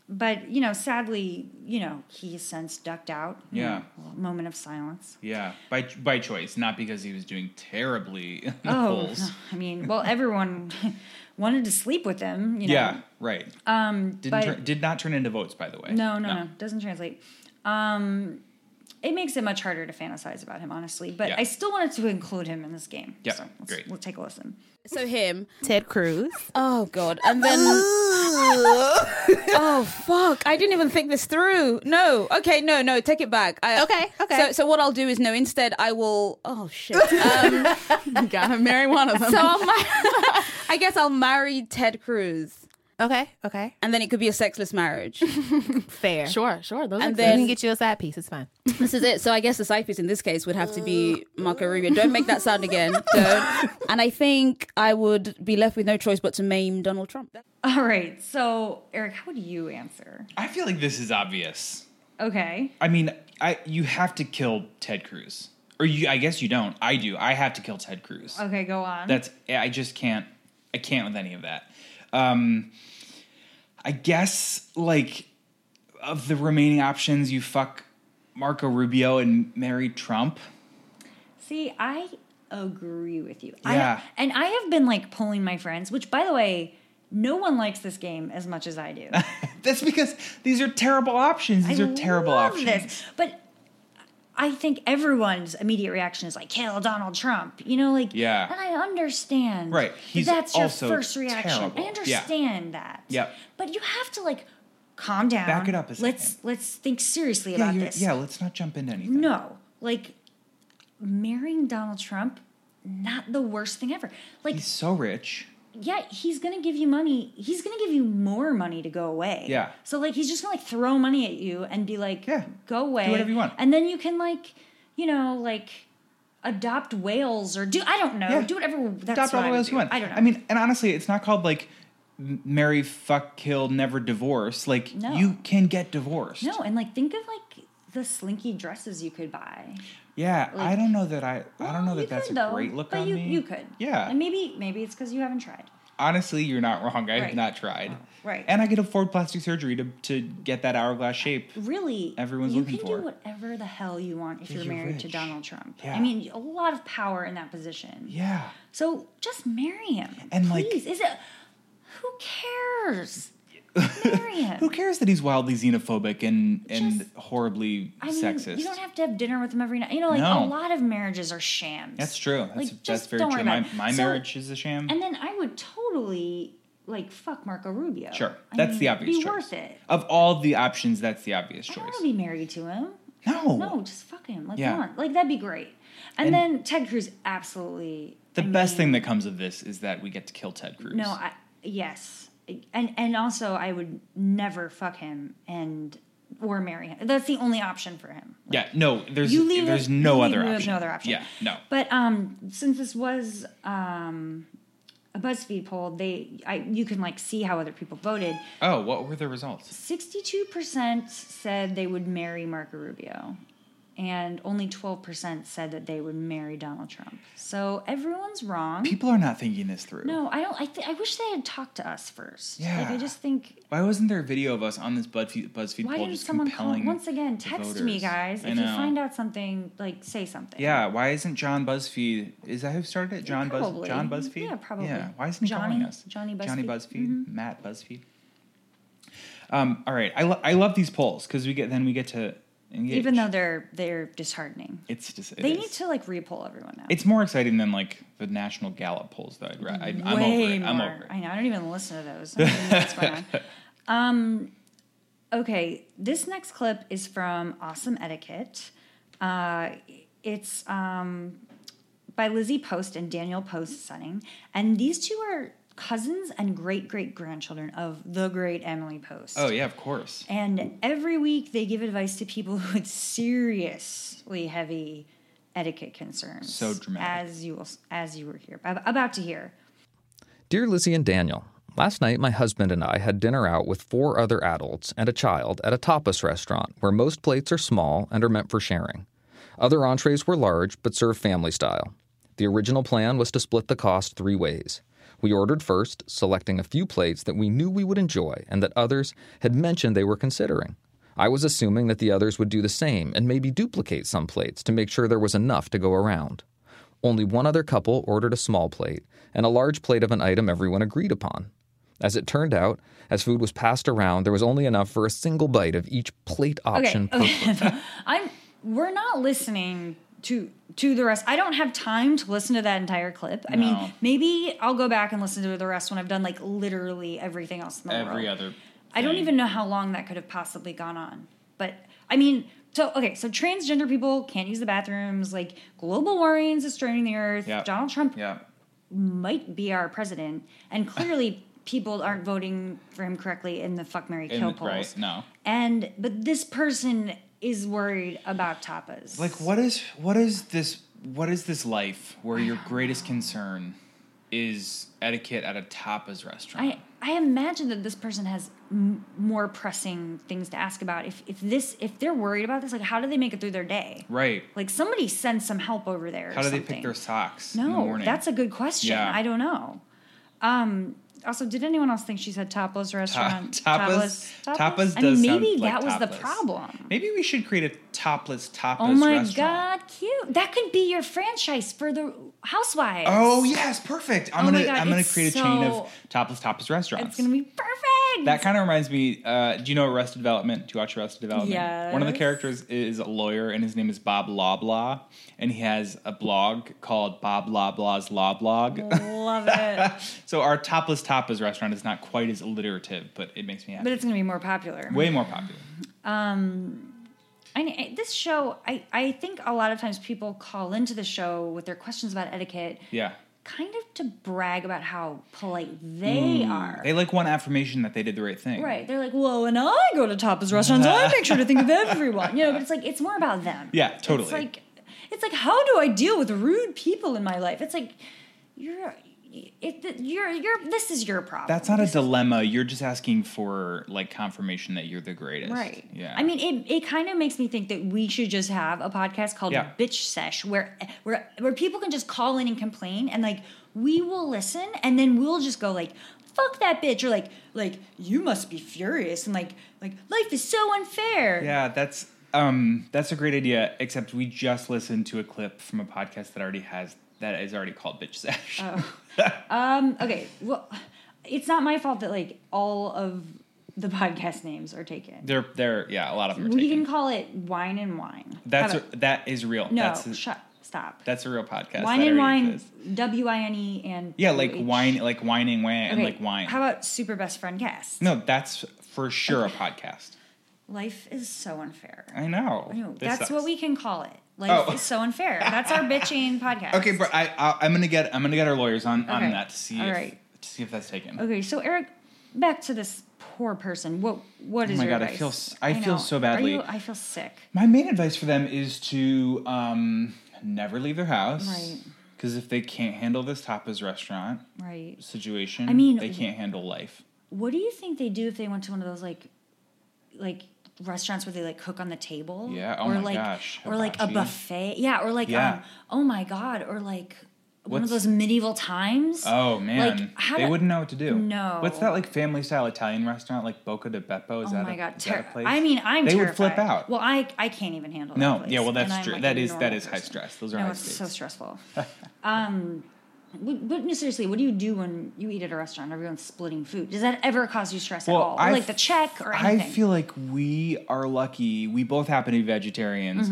[SPEAKER 2] But you know, sadly, you know, he has since ducked out. you
[SPEAKER 1] Yeah.
[SPEAKER 2] know, moment of silence.
[SPEAKER 1] yeah, by by choice, not because he was doing terribly in the
[SPEAKER 2] Oh,
[SPEAKER 1] polls.
[SPEAKER 2] I mean, well, everyone wanted to sleep with him. You know?
[SPEAKER 1] Yeah, right. Um, Didn't
[SPEAKER 2] but-
[SPEAKER 1] turn, did not turn into votes, by the way.
[SPEAKER 2] No, no, no. Doesn't translate. Um, it makes it much harder to fantasize about him, honestly. But
[SPEAKER 1] Yeah.
[SPEAKER 2] I still wanted to include him in this game.
[SPEAKER 1] Yeah,
[SPEAKER 2] So let's,
[SPEAKER 1] great.
[SPEAKER 2] We'll take a listen.
[SPEAKER 8] So him.
[SPEAKER 6] Ted Cruz.
[SPEAKER 8] Oh god. And then Oh fuck. I didn't even think this through. No. Okay, no, no, take it back. I,
[SPEAKER 6] Okay, okay.
[SPEAKER 8] So so what I'll do is no, instead I will Oh shit. Um,
[SPEAKER 6] Gotta marry one of them.
[SPEAKER 8] so I'll mar- I guess I'll marry Ted Cruz.
[SPEAKER 9] Okay, okay.
[SPEAKER 8] And then it could be a sexless marriage.
[SPEAKER 9] Fair.
[SPEAKER 5] Sure, sure. Those
[SPEAKER 8] And
[SPEAKER 9] Then
[SPEAKER 8] then
[SPEAKER 9] get you a side piece. It's fine.
[SPEAKER 8] this is it. So I guess the side piece in this case would have to be Marco Rubio. Don't make that sound again. Don't. And I think I would be left with no choice but to maim Donald Trump.
[SPEAKER 2] All right. So, Eric, how would you answer?
[SPEAKER 1] I feel like this is obvious.
[SPEAKER 2] Okay.
[SPEAKER 1] I mean, I you have to kill Ted Cruz. or you, I guess you don't. I do. I have to kill Ted Cruz.
[SPEAKER 2] Okay, go on.
[SPEAKER 1] That's I just can't. I can't with any of that. Um, I guess like of the remaining options, you fuck Marco Rubio and marry Trump.
[SPEAKER 2] See, I agree with you.
[SPEAKER 1] Yeah.
[SPEAKER 2] I, and I have been like polling my friends, which by the way, no one likes this game as much as I do.
[SPEAKER 1] That's because these are terrible options. These
[SPEAKER 2] I
[SPEAKER 1] are terrible
[SPEAKER 2] love
[SPEAKER 1] options.
[SPEAKER 2] This. But I think everyone's immediate reaction is like, "Kill Donald Trump," you know, like,
[SPEAKER 1] Yeah.
[SPEAKER 2] And I understand,
[SPEAKER 1] Right.
[SPEAKER 2] that
[SPEAKER 1] He's
[SPEAKER 2] that's your
[SPEAKER 1] also
[SPEAKER 2] first reaction.
[SPEAKER 1] terrible.
[SPEAKER 2] I
[SPEAKER 1] Yeah.
[SPEAKER 2] understand that.
[SPEAKER 1] Yep.
[SPEAKER 2] But you have to like calm down.
[SPEAKER 1] Back it up a
[SPEAKER 2] Let's
[SPEAKER 1] second.
[SPEAKER 2] let's think seriously
[SPEAKER 1] Yeah,
[SPEAKER 2] about
[SPEAKER 1] you're-
[SPEAKER 2] this.
[SPEAKER 1] yeah. Let's not jump into anything.
[SPEAKER 2] No, like marrying Donald Trump, not the worst thing ever. Like,
[SPEAKER 1] He's so rich.
[SPEAKER 2] yeah, he's gonna give you money. He's gonna give you more money to go away.
[SPEAKER 1] Yeah.
[SPEAKER 2] So like, he's just gonna like throw money at you and be like,
[SPEAKER 1] Yeah.
[SPEAKER 2] go away,
[SPEAKER 1] whatever you want.
[SPEAKER 2] and then you can like, you know, like adopt whales or do I don't know,
[SPEAKER 1] Yeah.
[SPEAKER 2] do whatever. That's
[SPEAKER 1] adopt
[SPEAKER 2] what
[SPEAKER 1] all
[SPEAKER 2] I
[SPEAKER 1] the
[SPEAKER 2] would
[SPEAKER 1] ways
[SPEAKER 2] do.
[SPEAKER 1] you want.
[SPEAKER 2] I don't know.
[SPEAKER 1] I mean, and honestly, it's not called like m- marry, fuck, kill, never divorce. Like
[SPEAKER 2] No.
[SPEAKER 1] you can get divorced.
[SPEAKER 2] no, and like think of like the slinky dresses you could buy.
[SPEAKER 1] Yeah, I
[SPEAKER 2] Like-
[SPEAKER 1] don't know that I. I don't know
[SPEAKER 2] You
[SPEAKER 1] that that's
[SPEAKER 2] could,
[SPEAKER 1] a
[SPEAKER 2] though,
[SPEAKER 1] great look
[SPEAKER 2] but
[SPEAKER 1] on
[SPEAKER 2] you,
[SPEAKER 1] me.
[SPEAKER 2] You could.
[SPEAKER 1] Yeah.
[SPEAKER 2] And maybe maybe it's because you haven't tried.
[SPEAKER 1] honestly, you're not wrong. I have
[SPEAKER 2] Right. Oh,
[SPEAKER 1] not tried.
[SPEAKER 2] Right.
[SPEAKER 1] And I could afford plastic surgery to to get that hourglass shape.
[SPEAKER 2] Mm. really
[SPEAKER 1] Everyone's
[SPEAKER 2] you
[SPEAKER 1] looking
[SPEAKER 2] can
[SPEAKER 1] for.
[SPEAKER 2] do whatever the hell you want if you're,
[SPEAKER 1] you're
[SPEAKER 2] married to
[SPEAKER 1] rich.
[SPEAKER 2] Donald Trump.
[SPEAKER 1] Yeah.
[SPEAKER 2] I mean, a lot of power in that position.
[SPEAKER 1] Yeah.
[SPEAKER 2] So just marry him.
[SPEAKER 1] And, like-
[SPEAKER 2] please. is it who cares? marry him.
[SPEAKER 1] Who cares that he's wildly xenophobic and and
[SPEAKER 2] Just-
[SPEAKER 1] horribly
[SPEAKER 2] I mean,
[SPEAKER 1] sexist?
[SPEAKER 2] you don't have to have dinner with him every night. You know, like
[SPEAKER 1] No.
[SPEAKER 2] a lot of marriages are shams.
[SPEAKER 1] that's true. That's
[SPEAKER 2] Like,
[SPEAKER 1] that's
[SPEAKER 2] just
[SPEAKER 1] very
[SPEAKER 2] don't
[SPEAKER 1] true.
[SPEAKER 2] worry
[SPEAKER 1] My,
[SPEAKER 2] about it.
[SPEAKER 1] my
[SPEAKER 2] So-
[SPEAKER 1] marriage is a sham.
[SPEAKER 2] And then I would totally like fuck Marco Rubio.
[SPEAKER 1] Sure.
[SPEAKER 2] I
[SPEAKER 1] That's
[SPEAKER 2] mean,
[SPEAKER 1] the
[SPEAKER 2] it'd
[SPEAKER 1] obvious
[SPEAKER 2] Be
[SPEAKER 1] choice.
[SPEAKER 2] worth it.
[SPEAKER 1] Of all the options, that's the obvious
[SPEAKER 2] I don't
[SPEAKER 1] choice.
[SPEAKER 2] want to be married to him.
[SPEAKER 1] no.
[SPEAKER 2] No, just fuck him. Like,
[SPEAKER 1] Yeah.
[SPEAKER 2] come on. Like, that'd be great. And, then Ted Cruz absolutely.
[SPEAKER 1] The
[SPEAKER 2] I
[SPEAKER 1] best
[SPEAKER 2] mean,
[SPEAKER 1] thing that comes of this is that we get to kill Ted Cruz.
[SPEAKER 2] No, I yes, and and also I would never fuck him and or marry him. That's the only option for him.
[SPEAKER 1] yeah, no. There's
[SPEAKER 2] You leave.
[SPEAKER 1] there's
[SPEAKER 2] us-
[SPEAKER 1] no
[SPEAKER 2] you leave
[SPEAKER 1] other
[SPEAKER 2] me
[SPEAKER 1] option.
[SPEAKER 2] with No other option.
[SPEAKER 1] Yeah, no.
[SPEAKER 2] But um, since this was um a BuzzFeed poll, they I you can like see how other people voted.
[SPEAKER 1] Oh, what were the results?
[SPEAKER 2] Sixty-two percent said they would marry Marco Rubio. And only 12% said that they would marry Donald Trump. So everyone's wrong.
[SPEAKER 1] People are not thinking this through.
[SPEAKER 2] No, I don't. I, th- I wish they had talked to us first. Like,
[SPEAKER 1] Yeah.
[SPEAKER 2] I just think
[SPEAKER 1] Why wasn't there a video of us on this BuzzFeed, BuzzFeed
[SPEAKER 2] why
[SPEAKER 1] poll
[SPEAKER 2] didn't
[SPEAKER 1] just
[SPEAKER 2] someone call?
[SPEAKER 1] compelling?
[SPEAKER 2] Once again,
[SPEAKER 1] the
[SPEAKER 2] text me,
[SPEAKER 1] voters?
[SPEAKER 2] guys.
[SPEAKER 1] I
[SPEAKER 2] If you
[SPEAKER 1] know.
[SPEAKER 2] find out something, like say something.
[SPEAKER 1] Yeah, why isn't John BuzzFeed? Is that who started it? John Buzz,
[SPEAKER 2] Probably.
[SPEAKER 1] John BuzzFeed.
[SPEAKER 2] Yeah, probably.
[SPEAKER 1] Yeah, why isn't he calling
[SPEAKER 2] Johnny-
[SPEAKER 1] us?
[SPEAKER 2] Johnny
[SPEAKER 1] Johnny
[SPEAKER 2] BuzzFeed. Mm-hmm.
[SPEAKER 1] BuzzFeed. Matt BuzzFeed. Um, all right, I, lo- I love these polls because we get then we get to engage.
[SPEAKER 2] Even though they're they're disheartening,
[SPEAKER 1] it's just it
[SPEAKER 2] they
[SPEAKER 1] is.
[SPEAKER 2] need to like repoll everyone now.
[SPEAKER 1] It's more exciting than like the national Gallup polls, though. I'd, ra- I'd, I'm
[SPEAKER 2] Way
[SPEAKER 1] over it.
[SPEAKER 2] more.
[SPEAKER 1] I'm over
[SPEAKER 2] I
[SPEAKER 1] it.
[SPEAKER 2] know. I don't even listen to those. I don't even know what's going on. Um, okay. This next clip is from Awesome Etiquette. Uh, it's um, by Lizzie Post and Daniel Post Sunning, and these two are cousins and great great grandchildren of the great Emily Post.
[SPEAKER 1] Oh yeah, of course.
[SPEAKER 2] And every week they give advice to people with seriously heavy etiquette concerns.
[SPEAKER 1] So dramatic.
[SPEAKER 2] As you will, as you were here ab- about to hear.
[SPEAKER 10] Dear Lizzie and Daniel, last night my husband and I had dinner out with four other adults and a child at a tapas restaurant where most plates are small and are meant for sharing. Other entrees were large but served family style. The original plan was to split the cost three ways. We ordered first, selecting a few plates that we knew we would enjoy and that others had mentioned they were considering. I was assuming that the others would do the same and maybe duplicate some plates to make sure there was enough to go around. Only one other couple ordered a small plate and a large plate of an item everyone agreed upon. As it turned out, as food was passed around, there was only enough for a single bite of each plate option per person.
[SPEAKER 2] I'm we're not listening to to the rest. I don't have time to listen to that entire clip. I
[SPEAKER 1] No.
[SPEAKER 2] mean, maybe I'll go back and listen to the rest when I've done like literally everything else in the world.
[SPEAKER 1] Every other.
[SPEAKER 2] I don't
[SPEAKER 1] thing.
[SPEAKER 2] even know how long that could have possibly gone on. But I mean, so okay, so transgender people can't use the bathrooms, like global warming is destroying the earth.
[SPEAKER 1] Yeah.
[SPEAKER 2] Donald Trump
[SPEAKER 1] Yeah.
[SPEAKER 2] might be our president, and clearly people aren't voting for him correctly in the fuck Mary
[SPEAKER 1] In-
[SPEAKER 2] Kill polls.
[SPEAKER 1] right. No.
[SPEAKER 2] And but this person is worried about tapas.
[SPEAKER 1] Like what is what is this what is this life where your greatest concern is etiquette at a tapas restaurant.
[SPEAKER 2] I, I imagine that this person has m- more pressing things to ask about. If, if this if they're worried about this, like how do they make it through their day?
[SPEAKER 1] right.
[SPEAKER 2] Like somebody sends some help over there. or
[SPEAKER 1] How do they
[SPEAKER 2] something.
[SPEAKER 1] pick their socks? in the
[SPEAKER 2] No,
[SPEAKER 1] morning?
[SPEAKER 2] that's a good question.
[SPEAKER 1] Yeah.
[SPEAKER 2] I don't know. Um, also, did anyone else think she said topless restaurant?
[SPEAKER 1] tapas- tapas
[SPEAKER 2] I
[SPEAKER 1] does
[SPEAKER 2] mean,
[SPEAKER 1] sound
[SPEAKER 2] maybe
[SPEAKER 1] like
[SPEAKER 2] that was the
[SPEAKER 1] topless.
[SPEAKER 2] problem.
[SPEAKER 1] Maybe we should create a topless tapas
[SPEAKER 2] oh my
[SPEAKER 1] restaurant.
[SPEAKER 2] god, cute! That could be your franchise for the Housewives.
[SPEAKER 1] Oh yes, perfect. I'm
[SPEAKER 2] Oh my
[SPEAKER 1] gonna
[SPEAKER 2] God,
[SPEAKER 1] I'm gonna
[SPEAKER 2] it's
[SPEAKER 1] create a chain
[SPEAKER 2] so-
[SPEAKER 1] of topless tapas restaurants.
[SPEAKER 2] it's gonna be perfect.
[SPEAKER 1] That kind of reminds me. Uh, do you know Arrested Development? Do you watch Arrested Development? One of the
[SPEAKER 2] Yes.
[SPEAKER 1] characters is a lawyer, and his name is Bob Loblaw, and he has a blog called Bob Loblaw's Law Blog.
[SPEAKER 2] love it,
[SPEAKER 1] so our topless tapas restaurant is not quite as alliterative, but it makes me happy.
[SPEAKER 2] but it's gonna be more popular.
[SPEAKER 1] Way more popular.
[SPEAKER 2] Um, I, I- this show, I, I think a lot of times people call into the show with their questions about etiquette,
[SPEAKER 1] Yeah.
[SPEAKER 2] kind of to brag about how polite they
[SPEAKER 1] Mm.
[SPEAKER 2] are.
[SPEAKER 1] They like one affirmation that they did the right thing.
[SPEAKER 2] Right. They're like, well, when I go to tapas restaurants, I make sure to think of everyone. You know, but it's like, it's more about them.
[SPEAKER 1] Yeah, totally.
[SPEAKER 2] It's like, it's like, how do I deal with rude people in my life? It's like, you're, it, you're, you're, this is your problem.
[SPEAKER 1] That's not a dilemma. You're just asking for like confirmation that you're the greatest.
[SPEAKER 2] Right.
[SPEAKER 1] Yeah.
[SPEAKER 2] I mean, it, it kind of makes me think that we should just have a podcast called
[SPEAKER 1] Yeah.
[SPEAKER 2] Bitch Sesh where where where people can just call in and complain and like we will listen and then we'll just go like fuck that bitch or like like you must be furious and like like life is so unfair.
[SPEAKER 1] Yeah, that's um that's a great idea. Except we just listened to a clip from a podcast that already has that is already called Bitch Sesh.
[SPEAKER 2] Oh. Um okay, well it's not my fault that like all of the podcast names are taken.
[SPEAKER 1] They're they're yeah, a lot of them are
[SPEAKER 2] We
[SPEAKER 1] taken.
[SPEAKER 2] can call it Wine and Wine.
[SPEAKER 1] That's
[SPEAKER 2] How
[SPEAKER 1] a,
[SPEAKER 2] about-
[SPEAKER 1] that is real.
[SPEAKER 2] No,
[SPEAKER 1] that's a,
[SPEAKER 2] shut stop.
[SPEAKER 1] that's a real podcast.
[SPEAKER 2] wine
[SPEAKER 1] that already
[SPEAKER 2] and wine,
[SPEAKER 1] exists.
[SPEAKER 2] W I N E and
[SPEAKER 1] Yeah, like
[SPEAKER 2] WH.
[SPEAKER 1] wine, like whining, wine, and
[SPEAKER 2] Okay,
[SPEAKER 1] like wine.
[SPEAKER 2] How about super best friend cast?
[SPEAKER 1] no, that's for sure a podcast.
[SPEAKER 2] Life is so unfair.
[SPEAKER 1] I know.
[SPEAKER 2] I know.
[SPEAKER 1] This
[SPEAKER 2] That's
[SPEAKER 1] sucks.
[SPEAKER 2] what we can call it. Life
[SPEAKER 1] Oh.
[SPEAKER 2] is so unfair. That's our bitching podcast.
[SPEAKER 1] Okay, but I, I I'm gonna get I'm gonna get our lawyers on on
[SPEAKER 2] Okay.
[SPEAKER 1] that to see
[SPEAKER 2] All
[SPEAKER 1] if,
[SPEAKER 2] right.
[SPEAKER 1] to see if that's taken.
[SPEAKER 2] Okay, so Eric, back to this poor person. What what
[SPEAKER 1] Oh
[SPEAKER 2] is
[SPEAKER 1] my
[SPEAKER 2] your
[SPEAKER 1] God, I
[SPEAKER 2] advice?
[SPEAKER 1] feel s- I feel
[SPEAKER 2] know.
[SPEAKER 1] so
[SPEAKER 2] Are
[SPEAKER 1] badly.
[SPEAKER 2] you- I feel sick.
[SPEAKER 1] My main advice for them is to um, never leave their house.
[SPEAKER 2] Right.
[SPEAKER 1] Because if they can't handle this tapas restaurant
[SPEAKER 2] Right.
[SPEAKER 1] situation,
[SPEAKER 2] I mean-
[SPEAKER 1] they can't handle life.
[SPEAKER 2] What do you think they do if they went to one of those like like restaurants where they like cook on the table?
[SPEAKER 1] Yeah, oh
[SPEAKER 2] or
[SPEAKER 1] my
[SPEAKER 2] like
[SPEAKER 1] gosh,
[SPEAKER 2] or like a
[SPEAKER 1] hibachi.
[SPEAKER 2] buffet. Yeah, or like
[SPEAKER 1] Yeah.
[SPEAKER 2] um oh my god, or like one of
[SPEAKER 1] What's-
[SPEAKER 2] those medieval times.
[SPEAKER 1] Oh man,
[SPEAKER 2] Like, how
[SPEAKER 1] they
[SPEAKER 2] do-
[SPEAKER 1] wouldn't know what to do.
[SPEAKER 2] No.
[SPEAKER 1] What's that like family style Italian restaurant like Boca di Beppo? Is
[SPEAKER 2] oh
[SPEAKER 1] that
[SPEAKER 2] my
[SPEAKER 1] a,
[SPEAKER 2] god,
[SPEAKER 1] is that a
[SPEAKER 2] ter-
[SPEAKER 1] place?
[SPEAKER 2] I mean, I'm
[SPEAKER 1] They would
[SPEAKER 2] terrified.
[SPEAKER 1] flip out.
[SPEAKER 2] Well, I I can't even handle.
[SPEAKER 1] No,
[SPEAKER 2] that place.
[SPEAKER 1] yeah, well, that's
[SPEAKER 2] And I'm,
[SPEAKER 1] true.
[SPEAKER 2] like,
[SPEAKER 1] That
[SPEAKER 2] a
[SPEAKER 1] is- that
[SPEAKER 2] normal
[SPEAKER 1] is high
[SPEAKER 2] person.
[SPEAKER 1] stress. Those are
[SPEAKER 2] no,
[SPEAKER 1] high
[SPEAKER 2] it's so
[SPEAKER 1] stakes.
[SPEAKER 2] stressful. um, what, what, no, seriously, what do you do when you eat at a restaurant? Everyone's splitting food. Does that ever cause you stress
[SPEAKER 1] Well,
[SPEAKER 2] at all? Or,
[SPEAKER 1] I
[SPEAKER 2] like the
[SPEAKER 1] f-
[SPEAKER 2] check or
[SPEAKER 1] I
[SPEAKER 2] anything?
[SPEAKER 1] feel like we are lucky. We both happen to be vegetarians.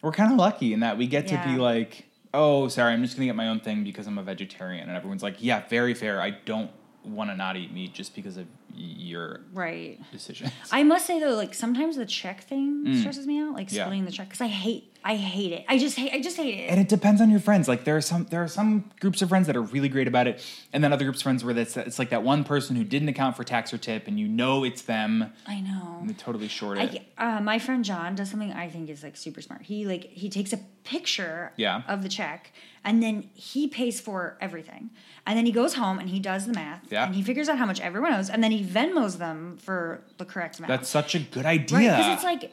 [SPEAKER 1] We're kind of lucky in that we get to
[SPEAKER 2] Mm-hmm. Yeah.
[SPEAKER 1] be like, oh, sorry, I'm just going to get my own thing because I'm a vegetarian. And everyone's like, yeah, very fair. I don't want to not eat meat just because of your
[SPEAKER 2] right.
[SPEAKER 1] decision.
[SPEAKER 2] I must say though, like sometimes the check thing
[SPEAKER 1] Mm.
[SPEAKER 2] stresses me out, like
[SPEAKER 1] Yeah.
[SPEAKER 2] splitting the check because I hate, I hate it. I just hate, I just hate it.
[SPEAKER 1] and it depends on your friends. Like there are some there are some groups of friends that are really great about it, and then other groups of friends where that's it's like that one person who didn't account for tax or tip, and you know it's them.
[SPEAKER 2] I know.
[SPEAKER 1] And they totally short it.
[SPEAKER 2] I, uh, my friend John does something I think is like super smart. He like he takes a picture
[SPEAKER 1] Yeah.
[SPEAKER 2] of the check and then he pays for everything. And then he goes home and he does the math
[SPEAKER 1] Yeah.
[SPEAKER 2] and he figures out how much everyone owes and then he Venmos them for the correct amount.
[SPEAKER 1] that's such a good idea.
[SPEAKER 2] right because it's like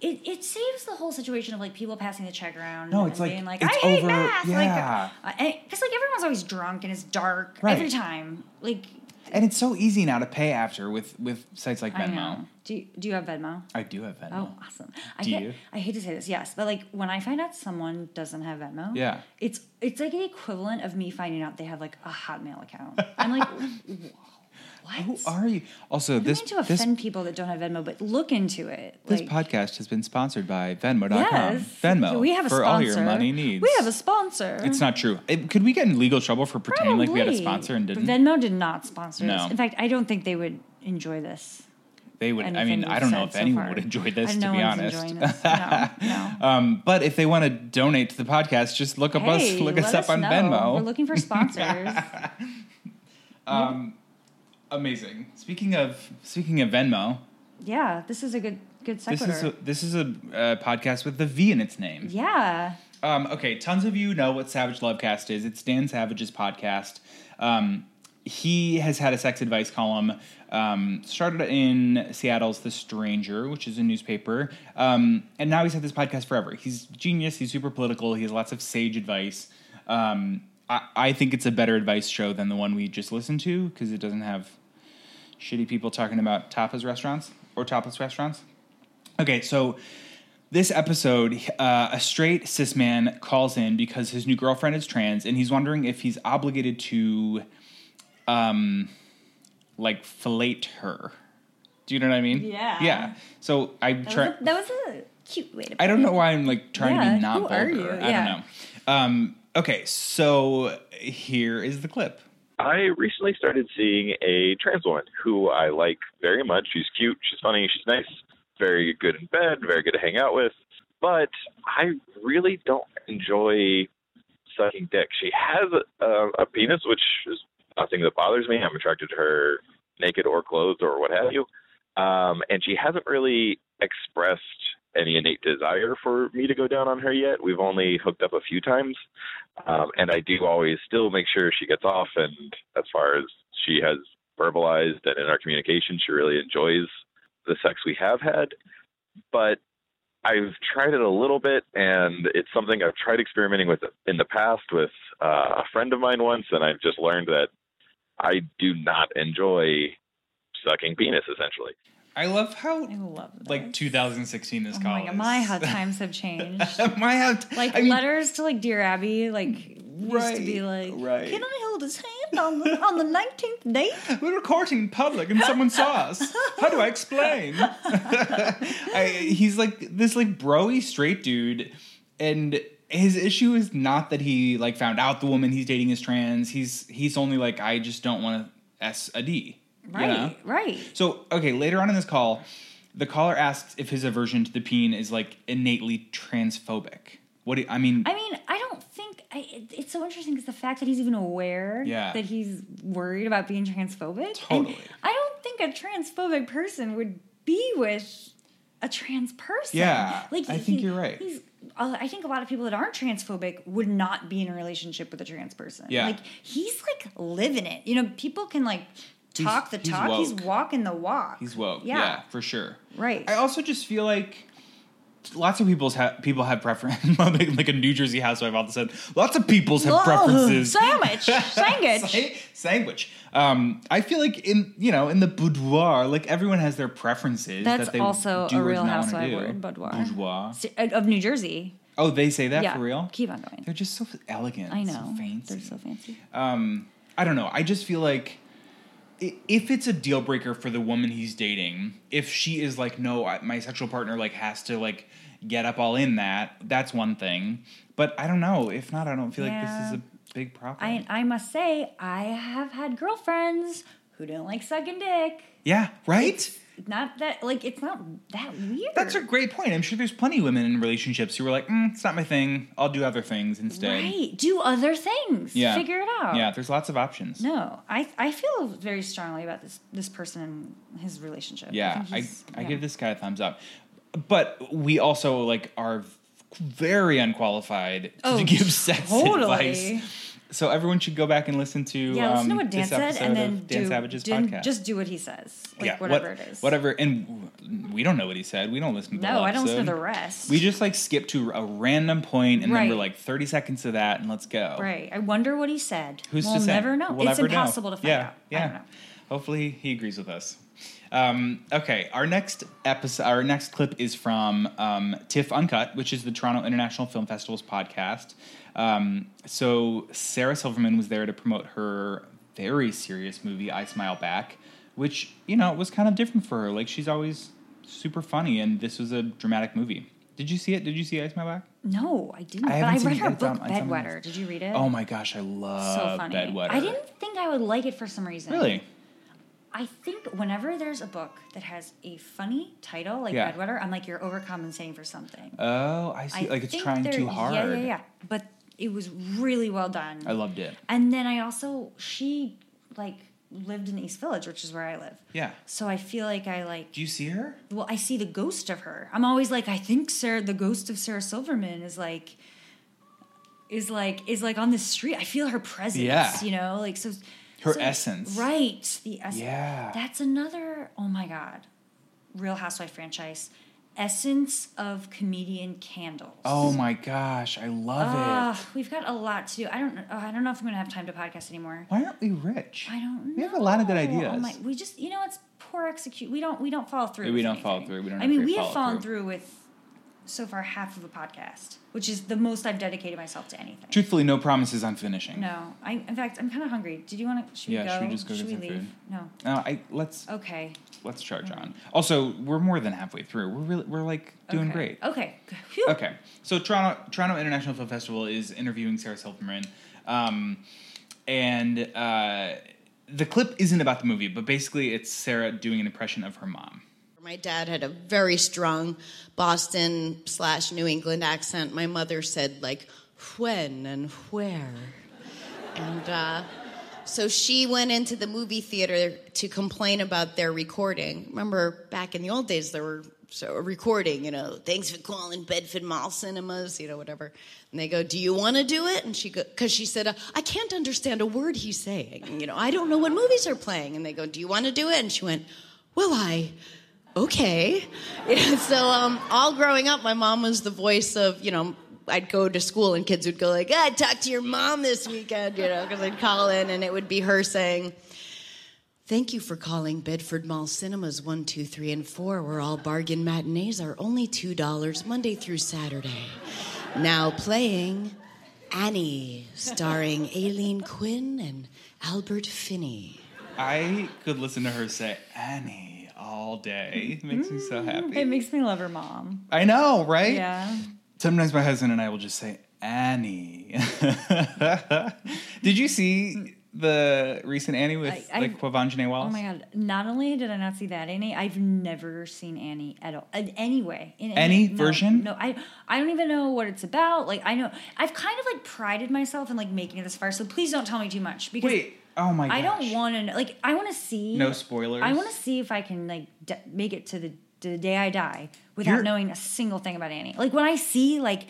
[SPEAKER 2] it, it saves the whole situation of like people passing the check around
[SPEAKER 1] No,
[SPEAKER 2] and
[SPEAKER 1] it's like-
[SPEAKER 2] being like
[SPEAKER 1] it's
[SPEAKER 2] I hate
[SPEAKER 1] over-
[SPEAKER 2] math
[SPEAKER 1] yeah.
[SPEAKER 2] like because like everyone's always drunk and it's dark
[SPEAKER 1] Right.
[SPEAKER 2] every time like
[SPEAKER 1] and it's so easy now to pay after with with sites like
[SPEAKER 2] I
[SPEAKER 1] Venmo.
[SPEAKER 2] know do you, do you have Venmo
[SPEAKER 1] I, do have Venmo.
[SPEAKER 2] Oh, awesome! I
[SPEAKER 1] Do
[SPEAKER 2] hate,
[SPEAKER 1] you?
[SPEAKER 2] I hate to say this, yes, but like when I find out someone doesn't have Venmo,
[SPEAKER 1] Yeah.
[SPEAKER 2] it's it's like the equivalent of me finding out they have like a Hotmail account. I'm like,
[SPEAKER 1] Who are you? Also,
[SPEAKER 2] I'm
[SPEAKER 1] this
[SPEAKER 2] going to
[SPEAKER 1] this
[SPEAKER 2] offend people that don't have Venmo, but look into it.
[SPEAKER 1] this
[SPEAKER 2] like,
[SPEAKER 1] podcast has been sponsored by Venmo.com.
[SPEAKER 2] yes,
[SPEAKER 1] Venmo.
[SPEAKER 2] we have a
[SPEAKER 1] for
[SPEAKER 2] sponsor.
[SPEAKER 1] all your money needs.
[SPEAKER 2] We have a sponsor.
[SPEAKER 1] It's not true. It- could we get in legal trouble for pretending like we had a
[SPEAKER 2] Probably.
[SPEAKER 1] sponsor and
[SPEAKER 2] But
[SPEAKER 1] didn't?
[SPEAKER 2] Venmo did not sponsor
[SPEAKER 1] No.
[SPEAKER 2] this. In fact, I don't think they would enjoy this.
[SPEAKER 1] they would. I
[SPEAKER 2] anything
[SPEAKER 1] mean, I
[SPEAKER 2] we've
[SPEAKER 1] don't know
[SPEAKER 2] said
[SPEAKER 1] if
[SPEAKER 2] so
[SPEAKER 1] anyone
[SPEAKER 2] far.
[SPEAKER 1] would enjoy this.
[SPEAKER 2] I-
[SPEAKER 1] To
[SPEAKER 2] no
[SPEAKER 1] be
[SPEAKER 2] one's
[SPEAKER 1] honest.
[SPEAKER 2] enjoying this. No, no.
[SPEAKER 1] Um, but if they want to donate to the podcast, just look up
[SPEAKER 2] Hey,
[SPEAKER 1] us, look us
[SPEAKER 2] let
[SPEAKER 1] up on
[SPEAKER 2] know. We're
[SPEAKER 1] Venmo.
[SPEAKER 2] looking for sponsors.
[SPEAKER 1] Um, amazing. Speaking of speaking of Venmo,
[SPEAKER 2] yeah, this is a good good
[SPEAKER 1] this
[SPEAKER 2] sequitur.
[SPEAKER 1] is a, this is a uh, podcast with the V in its name.
[SPEAKER 2] yeah.
[SPEAKER 1] Um, okay, tons of you know what Savage Lovecast is. It's Dan Savage's podcast. Um, he has had a sex advice column um, started in Seattle's The Stranger, which is a newspaper, um, and now he's had this podcast forever. He's genius. He's super political. He has lots of sage advice. Um, I, I think it's a better advice show than the one we just listened to because it doesn't have shitty people talking about tapas restaurants or topless restaurants. Okay, so this episode, uh, a straight cis man calls in because his new girlfriend is trans, and he's wondering if he's obligated to, um, like fillate her. Do you know what I mean?
[SPEAKER 2] Yeah.
[SPEAKER 1] Yeah. So I'm
[SPEAKER 2] That,
[SPEAKER 1] trying.
[SPEAKER 2] was a, that was a cute way to.
[SPEAKER 1] I don't know why I'm like trying to
[SPEAKER 2] Yeah,
[SPEAKER 1] be not
[SPEAKER 2] who are
[SPEAKER 1] vulgar.
[SPEAKER 2] you?
[SPEAKER 1] I
[SPEAKER 2] Yeah.
[SPEAKER 1] don't know. Um, okay, so here is the clip.
[SPEAKER 11] I recently started seeing a trans woman who I like very much. She's cute, she's funny, she's nice, very good in bed, very good to hang out with. But I really don't enjoy sucking dick. She has a, a penis, which is nothing that bothers me. I'm attracted to her naked or clothed or what have you. Um, and she hasn't really expressed any innate desire for me to go down on her yet. We've only hooked up a few times. Um, and I do always still make sure she gets off. And as far as she has verbalized and in our communication, she really enjoys the sex we have had. But I've tried it a little bit, and it's something I've tried experimenting with in the past with uh, a friend of mine once, and I've just learned that I do not enjoy sucking penis, essentially.
[SPEAKER 1] I love how
[SPEAKER 2] love
[SPEAKER 1] like 2016 is
[SPEAKER 2] Oh my
[SPEAKER 1] calling.
[SPEAKER 2] god, my how times have changed.
[SPEAKER 1] my how
[SPEAKER 2] like letters to like Dear Abby, like used to be like,
[SPEAKER 1] right.
[SPEAKER 2] can I hold his hand on the on the nineteenth date?
[SPEAKER 1] We're recording in public and someone saw us. How do I explain? I, he's like this like broy straight dude, and his issue is not that he like found out the woman he's dating is trans. He's he's only like I just don't want to s a d. you
[SPEAKER 2] Right,
[SPEAKER 1] know?
[SPEAKER 2] right.
[SPEAKER 1] So, okay, later on in this call, the caller asks if his aversion to the peen is like innately transphobic. What do I mean?
[SPEAKER 2] I mean, I don't think I, it, it's so interesting because the fact that he's even aware
[SPEAKER 1] Yeah.
[SPEAKER 2] that he's worried about being transphobic.
[SPEAKER 1] Totally.
[SPEAKER 2] And I don't think a transphobic person would be with a trans person.
[SPEAKER 1] Yeah,
[SPEAKER 2] like
[SPEAKER 1] I
[SPEAKER 2] he-
[SPEAKER 1] think you're right.
[SPEAKER 2] He's, uh, I think a lot of people that aren't transphobic would not be in a relationship with a trans person.
[SPEAKER 1] Yeah.
[SPEAKER 2] like he's like living it. You know, people can like
[SPEAKER 1] He's-
[SPEAKER 2] talk the
[SPEAKER 1] he's
[SPEAKER 2] talk. He's
[SPEAKER 1] woke.
[SPEAKER 2] walking the walk.
[SPEAKER 1] He's woke.
[SPEAKER 2] Yeah.
[SPEAKER 1] yeah for sure.
[SPEAKER 2] right.
[SPEAKER 1] I also just feel like lots of people's ha- people have preferences. like a New Jersey housewife all of a sudden, lots of people's have preferences.
[SPEAKER 2] Sandwich, sandwich.
[SPEAKER 1] Sa- sandwich. Um, I feel like in you know in the boudoir, like everyone has their preferences.
[SPEAKER 2] That's
[SPEAKER 1] that they
[SPEAKER 2] also
[SPEAKER 1] do
[SPEAKER 2] a
[SPEAKER 1] or do
[SPEAKER 2] Real
[SPEAKER 1] not wanna
[SPEAKER 2] Housewife
[SPEAKER 1] do.
[SPEAKER 2] word, boudoir.
[SPEAKER 1] Boudoir.
[SPEAKER 2] of New Jersey.
[SPEAKER 1] Oh, they say that
[SPEAKER 2] yeah.
[SPEAKER 1] for real.
[SPEAKER 2] Keep on going.
[SPEAKER 1] They're just so elegant.
[SPEAKER 2] I
[SPEAKER 1] so
[SPEAKER 2] know.
[SPEAKER 1] fancy.
[SPEAKER 2] They're so fancy.
[SPEAKER 1] um, I don't know. I just feel like i- if it's a deal breaker for the woman he's dating, if she is like, no, I, my sexual partner like has to like get up all in that, that's one thing. But I don't know. If not, I don't feel like
[SPEAKER 2] Yeah.
[SPEAKER 1] this is a big problem.
[SPEAKER 2] I I must say, I have had girlfriends who don't like sucking dick.
[SPEAKER 1] yeah, right.
[SPEAKER 2] Not that like it's not that weird.
[SPEAKER 1] that's a great point. I'm sure there's plenty of women in relationships who are like, mm, it's not my thing. I'll do other things instead.
[SPEAKER 2] right. Do other things.
[SPEAKER 1] Yeah.
[SPEAKER 2] Figure it out.
[SPEAKER 1] Yeah, there's lots of options.
[SPEAKER 2] No, I I feel very strongly about this this person and his relationship.
[SPEAKER 1] Yeah,
[SPEAKER 2] think
[SPEAKER 1] I,
[SPEAKER 2] he's-
[SPEAKER 1] I
[SPEAKER 2] yeah.
[SPEAKER 1] give this guy a thumbs up. But we also like are very unqualified
[SPEAKER 2] Oh,
[SPEAKER 1] to give sex
[SPEAKER 2] totally.
[SPEAKER 1] advice. So everyone should go back and listen to
[SPEAKER 2] yeah. Listen to
[SPEAKER 1] um,
[SPEAKER 2] what Dan
[SPEAKER 1] this
[SPEAKER 2] said,
[SPEAKER 1] episode
[SPEAKER 2] and then
[SPEAKER 1] of Dan
[SPEAKER 2] do,
[SPEAKER 1] Savage's
[SPEAKER 2] do-
[SPEAKER 1] podcast.
[SPEAKER 2] Just do what he says, like
[SPEAKER 1] yeah,
[SPEAKER 2] whatever
[SPEAKER 1] what-
[SPEAKER 2] it is.
[SPEAKER 1] Whatever, and we don't know what he said. We don't listen to the
[SPEAKER 2] No,
[SPEAKER 1] whole
[SPEAKER 2] I don't listen to
[SPEAKER 1] episode.
[SPEAKER 2] the rest.
[SPEAKER 1] We just like skip to a random point, and then we're
[SPEAKER 2] Right.
[SPEAKER 1] like thirty seconds of that, and let's go.
[SPEAKER 2] Right. I wonder what he said.
[SPEAKER 1] Who's
[SPEAKER 2] we'll
[SPEAKER 1] to say?
[SPEAKER 2] never know.
[SPEAKER 1] We'll
[SPEAKER 2] it's
[SPEAKER 1] never know.
[SPEAKER 2] impossible to find
[SPEAKER 1] yeah,
[SPEAKER 2] out.
[SPEAKER 1] Yeah. Hopefully he agrees with us. Um, okay, our next episode, our next clip is from um, TIFF Uncut, which is the Toronto International Film Festival's podcast. Um, so Sarah Silverman was there to promote her very serious movie, I Smile Back, which you know was kind of different for her. Like she's always super funny, and this was a dramatic movie. Did you see it? Did you see I Smile Back?
[SPEAKER 2] No, I didn't.
[SPEAKER 1] I
[SPEAKER 2] but
[SPEAKER 1] haven't
[SPEAKER 2] I
[SPEAKER 1] seen
[SPEAKER 2] read
[SPEAKER 1] it.
[SPEAKER 2] her
[SPEAKER 1] It's
[SPEAKER 2] book
[SPEAKER 1] on- it's on my
[SPEAKER 2] Bedwetter.
[SPEAKER 1] list.
[SPEAKER 2] Did you read it?
[SPEAKER 1] Oh my gosh, I love
[SPEAKER 2] so funny.
[SPEAKER 1] Bedwetter.
[SPEAKER 2] I didn't think I would like it for some reason.
[SPEAKER 1] really.
[SPEAKER 2] I think whenever there's a book that has a funny title like
[SPEAKER 1] Yeah.
[SPEAKER 2] Bedwetter, I'm like you're overcompensating for something.
[SPEAKER 1] Oh, I see.
[SPEAKER 2] I
[SPEAKER 1] like it's
[SPEAKER 2] think
[SPEAKER 1] trying
[SPEAKER 2] there-
[SPEAKER 1] too hard.
[SPEAKER 2] Yeah, yeah, yeah. But it was really well done.
[SPEAKER 1] I loved it.
[SPEAKER 2] And then I also she like lived in East Village, which is where I live.
[SPEAKER 1] Yeah.
[SPEAKER 2] So I feel like I like
[SPEAKER 1] Do you see her?
[SPEAKER 2] well, I see the ghost of her. I'm always like, I think Sarah, the ghost of Sarah Silverman is like is like is like on the street. I feel her presence.
[SPEAKER 1] Yeah.
[SPEAKER 2] You know, like so
[SPEAKER 1] Her
[SPEAKER 2] so-
[SPEAKER 1] essence.
[SPEAKER 2] Right. The essence.
[SPEAKER 1] Yeah.
[SPEAKER 2] That's another oh my God. Real Housewife franchise. Essence of comedian candles.
[SPEAKER 1] Oh my gosh, I love
[SPEAKER 2] Ah,
[SPEAKER 1] it.
[SPEAKER 2] We've got a lot to do. I don't. Oh, I don't know if I'm gonna have time to podcast anymore.
[SPEAKER 1] Why aren't we rich?
[SPEAKER 2] I don't. know.
[SPEAKER 1] We have a lot of good ideas.
[SPEAKER 2] Oh my, we just you know it's poor execute. We don't we don't follow through.
[SPEAKER 1] we
[SPEAKER 2] with
[SPEAKER 1] don't
[SPEAKER 2] anything.
[SPEAKER 1] follow through. We don't.
[SPEAKER 2] I mean,
[SPEAKER 1] agree
[SPEAKER 2] we have
[SPEAKER 1] follow
[SPEAKER 2] fallen through. with so far half of a podcast, which is the most I've dedicated myself to anything.
[SPEAKER 1] Truthfully, no promises on finishing.
[SPEAKER 2] No, I in fact I'm kind of hungry. Did you want to? Should
[SPEAKER 1] Yeah,
[SPEAKER 2] we go?
[SPEAKER 1] should we just go get
[SPEAKER 2] we
[SPEAKER 1] some
[SPEAKER 2] leave?
[SPEAKER 1] food?
[SPEAKER 2] No.
[SPEAKER 1] No, I let's
[SPEAKER 2] Okay.
[SPEAKER 1] let's charge on. Also, we're more than halfway through. We're really we're like doing
[SPEAKER 2] okay.
[SPEAKER 1] great.
[SPEAKER 2] Okay. Phew.
[SPEAKER 1] Okay. So Toronto Toronto International Film Festival is interviewing Sarah Silverman, um, and uh, the clip isn't about the movie, but basically it's Sarah doing an impression of her mom.
[SPEAKER 12] My dad had a very strong Boston slash New England accent. My mother said, like, when and where. And uh, so she went into the movie theater to complain about their recording. Remember, back in the old days, there were so a recording, you know, thanks for calling Bedford Mall Cinemas, you know, whatever. And they go, do you want to do it? And she go, because she said, uh, I can't understand a word he's saying. You know, I don't know what movies are playing. And they go, do you want to do it? And she went, will I? okay. Yeah, so um, all growing up, my mom was the voice of, you know, I'd go to school and kids would go like, ah, talk to your mom this weekend, you know, because I'd call in and it would be her saying, Thank you for calling Bedford Mall Cinemas 1, 2, 3, and 4, where all bargain matinees are only $2 Monday through Saturday. Now playing Annie, starring Aileen Quinn and Albert Finney.
[SPEAKER 1] I could listen to her say Annie all day. It makes me so happy.
[SPEAKER 2] Mm, It makes me love her mom.
[SPEAKER 1] I know, right?
[SPEAKER 2] Yeah.
[SPEAKER 1] Sometimes my husband and I will just say Annie. Did you see the recent Annie with
[SPEAKER 2] I-
[SPEAKER 1] like Quavanjane Wallace?
[SPEAKER 2] Oh my god! Not only did I not see that Annie, I've never seen Annie at all. In any way, in
[SPEAKER 1] Any
[SPEAKER 2] no,
[SPEAKER 1] version?
[SPEAKER 2] No, I I don't even know what it's about. Like I know I've kind of like prided myself in like making it this far, so please don't tell me too much because
[SPEAKER 1] Wait. Oh my
[SPEAKER 2] I
[SPEAKER 1] gosh.
[SPEAKER 2] don't want to know. Like I want to see
[SPEAKER 1] No spoilers.
[SPEAKER 2] I want to see if I can like d- make it to the to the day I die without
[SPEAKER 1] You're-
[SPEAKER 2] knowing a single thing about Annie. Like when I see like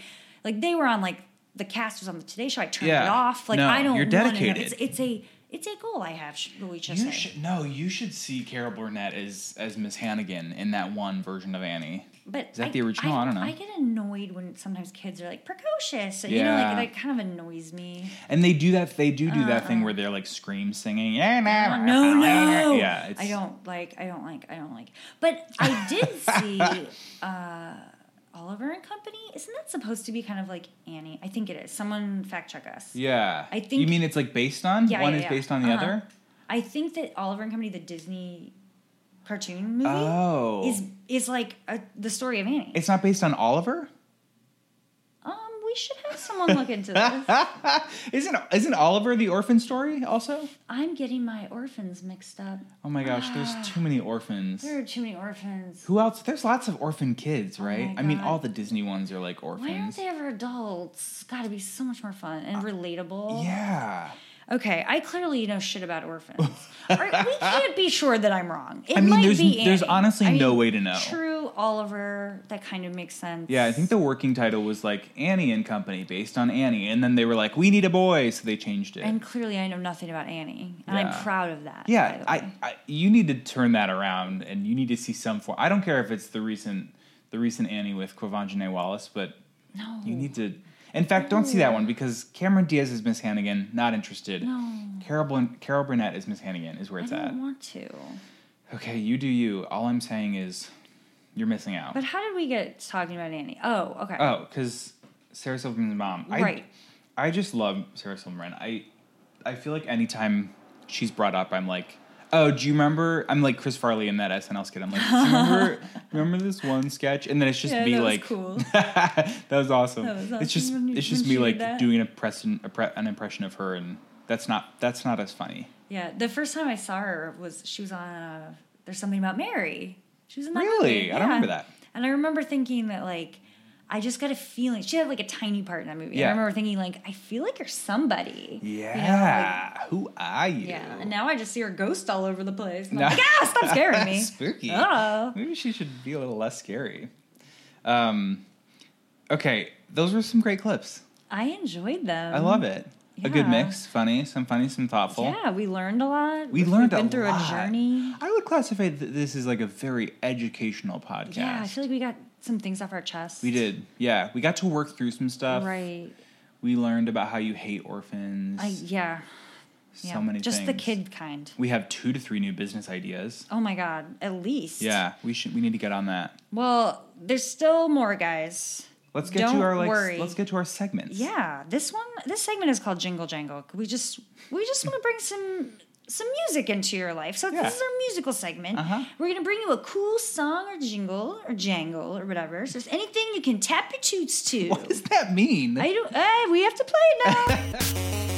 [SPEAKER 2] like they were on like the cast was on the Today Show, I turned it
[SPEAKER 1] Yeah.
[SPEAKER 2] off. Like
[SPEAKER 1] No,
[SPEAKER 2] I don't
[SPEAKER 1] you're
[SPEAKER 2] wanna know.
[SPEAKER 1] dedicated.
[SPEAKER 2] It's, it's a it's a goal I have. sh- Louis just
[SPEAKER 1] You
[SPEAKER 2] said.
[SPEAKER 1] should no. You should see Carol Burnett as as Miss Hannigan in that one version of Annie.
[SPEAKER 2] But
[SPEAKER 1] is that
[SPEAKER 2] I-
[SPEAKER 1] the original? I, don't know.
[SPEAKER 2] I get annoyed when sometimes kids are like precocious. You know,
[SPEAKER 1] Yeah.
[SPEAKER 2] like that kind of annoys me.
[SPEAKER 1] and they do that. They do do that
[SPEAKER 2] Uh-uh.
[SPEAKER 1] thing where they're like scream singing. Yeah,
[SPEAKER 2] No, no, no.
[SPEAKER 1] Yeah, it's,
[SPEAKER 2] I don't like. I don't like. I don't like. But I did see uh, Oliver and Company. Isn't that supposed to be kind of like Annie? I think it is. Someone fact check us.
[SPEAKER 1] Yeah,
[SPEAKER 2] I think-
[SPEAKER 1] you mean it's like based on
[SPEAKER 2] Yeah,
[SPEAKER 1] one
[SPEAKER 2] yeah,
[SPEAKER 1] is
[SPEAKER 2] yeah.
[SPEAKER 1] based on the
[SPEAKER 2] Uh-huh.
[SPEAKER 1] other.
[SPEAKER 2] I think that Oliver and Company, the Disney cartoon movie,
[SPEAKER 1] Oh.
[SPEAKER 2] is is like a, the story of Annie.
[SPEAKER 1] It's not based on Oliver.
[SPEAKER 2] Um, we should have someone look into this.
[SPEAKER 1] isn't isn't Oliver the orphan story also?
[SPEAKER 2] I'm getting my orphans mixed up.
[SPEAKER 1] Oh my gosh, there's too many orphans.
[SPEAKER 2] Uh. There are too many orphans.
[SPEAKER 1] Who else? There's lots of orphan kids, right?
[SPEAKER 2] my
[SPEAKER 1] I mean,
[SPEAKER 2] God.
[SPEAKER 1] all the Disney ones are like
[SPEAKER 2] Why aren't
[SPEAKER 1] orphans. Uh,
[SPEAKER 2] they ever adults? Gotta be so much more fun and relatable.
[SPEAKER 1] Yeah.
[SPEAKER 2] Okay, I clearly know shit about orphans. All right, we can't be sure that I'm wrong. It
[SPEAKER 1] I mean,
[SPEAKER 2] might
[SPEAKER 1] there's-
[SPEAKER 2] be.
[SPEAKER 1] there's
[SPEAKER 2] Annie.
[SPEAKER 1] honestly
[SPEAKER 2] I mean,
[SPEAKER 1] no way to know.
[SPEAKER 2] True, Oliver. That kind of makes sense.
[SPEAKER 1] Yeah, I think the working title was like Annie and Company, based on Annie, and then they were like, "We need a boy," so they changed it.
[SPEAKER 2] And clearly, I know nothing about Annie, and
[SPEAKER 1] Yeah.
[SPEAKER 2] I'm proud of that. by
[SPEAKER 1] yeah,
[SPEAKER 2] the way.
[SPEAKER 1] I, I you need to turn that around, and you need to see some form. I don't care if it's the recent the recent Annie with Quavanjane Wallace, but
[SPEAKER 2] no,
[SPEAKER 1] you need to. In fact, don't see that one because Cameron Diaz is Miss Hannigan. Not interested.
[SPEAKER 2] no,
[SPEAKER 1] Carol, Brun- Carol Burnett is Miss Hannigan. Is where
[SPEAKER 2] I
[SPEAKER 1] it's at.
[SPEAKER 2] don't want to.
[SPEAKER 1] Okay, you do you. All I'm saying is, you're missing out.
[SPEAKER 2] But how did we get talking about Annie? Oh, okay.
[SPEAKER 1] Oh, because Sarah Silverman's mom. I,
[SPEAKER 2] Right.
[SPEAKER 1] I just love Sarah Silverman. I I feel like anytime she's brought up, I'm like, oh, do you remember? I'm like Chris Farley in that SNL skit. I'm like, do you remember? remember this one sketch? And then it's just
[SPEAKER 2] yeah,
[SPEAKER 1] me
[SPEAKER 2] that was
[SPEAKER 1] like,
[SPEAKER 2] cool.
[SPEAKER 1] that was awesome.
[SPEAKER 2] That was awesome
[SPEAKER 1] It's just
[SPEAKER 2] when you-
[SPEAKER 1] it's just
[SPEAKER 2] when
[SPEAKER 1] me
[SPEAKER 2] she did
[SPEAKER 1] like
[SPEAKER 2] that.
[SPEAKER 1] doing an impression a pre- an impression of her, and that's not that's not as funny.
[SPEAKER 2] Yeah, the first time I saw her was she was on uh, There's Something About Mary. She was in that
[SPEAKER 1] Really,
[SPEAKER 2] movie.
[SPEAKER 1] I don't
[SPEAKER 2] Yeah.
[SPEAKER 1] remember that.
[SPEAKER 2] And I remember thinking that like I just got a feeling she had like a tiny part in that movie. And
[SPEAKER 1] Yeah.
[SPEAKER 2] I remember thinking like I feel like you're somebody.
[SPEAKER 1] Yeah, who are you?
[SPEAKER 2] Yeah. And now I just see her ghost all over the place. And
[SPEAKER 1] No.
[SPEAKER 2] I'm like, ah, stop scaring me.
[SPEAKER 1] Spooky.
[SPEAKER 2] Oh.
[SPEAKER 1] Maybe she should be a little less scary. Um, okay, those were some great clips.
[SPEAKER 2] I enjoyed them.
[SPEAKER 1] I love it. A good
[SPEAKER 2] Mm-hmm. yeah.
[SPEAKER 1] mix, funny, some funny, some thoughtful.
[SPEAKER 2] Yeah, we learned a lot.
[SPEAKER 1] We learned
[SPEAKER 2] We've been
[SPEAKER 1] a
[SPEAKER 2] through
[SPEAKER 1] lot.
[SPEAKER 2] a journey.
[SPEAKER 1] I would classify th- this as like a very educational podcast.
[SPEAKER 2] Yeah, I feel like we got some things off our chest.
[SPEAKER 1] we did. Yeah, we got to work through some stuff.
[SPEAKER 2] Right.
[SPEAKER 1] We learned about how you hate orphans.
[SPEAKER 2] I yeah.
[SPEAKER 1] So
[SPEAKER 2] yeah.
[SPEAKER 1] many
[SPEAKER 2] Just the
[SPEAKER 1] things.
[SPEAKER 2] kid kind.
[SPEAKER 1] We have two to three new business ideas.
[SPEAKER 2] Oh my god, at least.
[SPEAKER 1] Yeah, we should. We need to get on that.
[SPEAKER 2] Well, there's still more guys.
[SPEAKER 1] Let's get
[SPEAKER 2] Don't
[SPEAKER 1] to our like. s-
[SPEAKER 2] worry.
[SPEAKER 1] Let's get to our segments.
[SPEAKER 2] Yeah, this one, this segment is called Jingle Jangle. We just, we just want to bring some some music into your life. So
[SPEAKER 1] Yeah. Uh-huh.
[SPEAKER 2] this is our musical segment. We're gonna bring you a cool song or jingle or jangle or whatever. So it's anything you can tap your toots to. What does
[SPEAKER 1] that mean?
[SPEAKER 2] I don't. Uh, we have to play it now.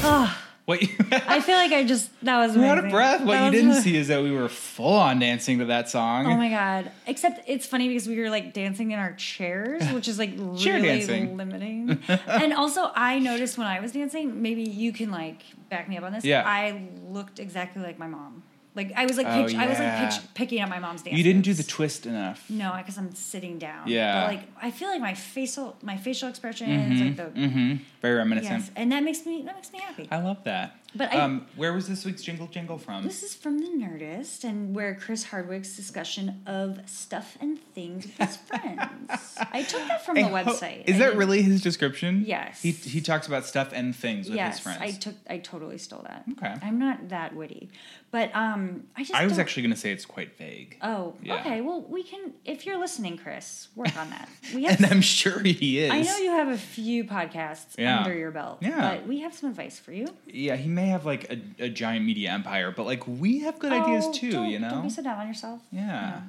[SPEAKER 2] Ugh,
[SPEAKER 1] What you
[SPEAKER 2] I feel like I just that was
[SPEAKER 1] I'm out
[SPEAKER 2] amazing.
[SPEAKER 1] of breath. What
[SPEAKER 2] That
[SPEAKER 1] you
[SPEAKER 2] was-
[SPEAKER 1] didn't see is that we were full on dancing to that song.
[SPEAKER 2] Oh my god! Except it's funny because we were like dancing in our chairs, which is like
[SPEAKER 1] Chair
[SPEAKER 2] really
[SPEAKER 1] dancing.
[SPEAKER 2] limiting. and also, I noticed when I was dancing, maybe you can like back me up on this.
[SPEAKER 1] Yeah.
[SPEAKER 2] I looked exactly like my mom. Like I was like
[SPEAKER 1] Oh,
[SPEAKER 2] pitch, I was like
[SPEAKER 1] yeah.
[SPEAKER 2] pitch, picking up my mom's dance.
[SPEAKER 1] you didn't do the twist enough.
[SPEAKER 2] No, because I'm sitting down.
[SPEAKER 1] Yeah.
[SPEAKER 2] But like I feel like my facial my facial expressions,
[SPEAKER 1] Mhm,
[SPEAKER 2] like the
[SPEAKER 1] mhm. Very reminiscent.
[SPEAKER 2] yes, and that makes me that makes me happy.
[SPEAKER 1] I love that.
[SPEAKER 2] But I-
[SPEAKER 1] um, where was this week's jingle jingle from?
[SPEAKER 2] This is from The Nerdist and where Chris Hardwick's discussion of stuff and things with his friends. I took that from the
[SPEAKER 1] I ho-
[SPEAKER 2] website.
[SPEAKER 1] Is that
[SPEAKER 2] I didn't-
[SPEAKER 1] really his description?
[SPEAKER 2] Yes.
[SPEAKER 1] He he talks about stuff and things with
[SPEAKER 2] yes,
[SPEAKER 1] his friends.
[SPEAKER 2] I took I totally stole that.
[SPEAKER 1] Okay.
[SPEAKER 2] I'm not that witty. But um I just
[SPEAKER 1] I was
[SPEAKER 2] don't-
[SPEAKER 1] actually going to say it's quite vague.
[SPEAKER 2] Oh,
[SPEAKER 1] Yeah.
[SPEAKER 2] okay. Well, we can if you're listening, Chris, work on that. We have
[SPEAKER 1] and I'm sure he is.
[SPEAKER 2] I know you have a few podcasts
[SPEAKER 1] Yeah.
[SPEAKER 2] under your belt.
[SPEAKER 1] Yeah.
[SPEAKER 2] But we have some advice for you.
[SPEAKER 1] Yeah, he may have like a, a giant media empire, but like we have good ideas
[SPEAKER 2] Oh,
[SPEAKER 1] too.
[SPEAKER 2] don't-
[SPEAKER 1] you know.
[SPEAKER 2] Don't be so down on yourself.
[SPEAKER 1] yeah.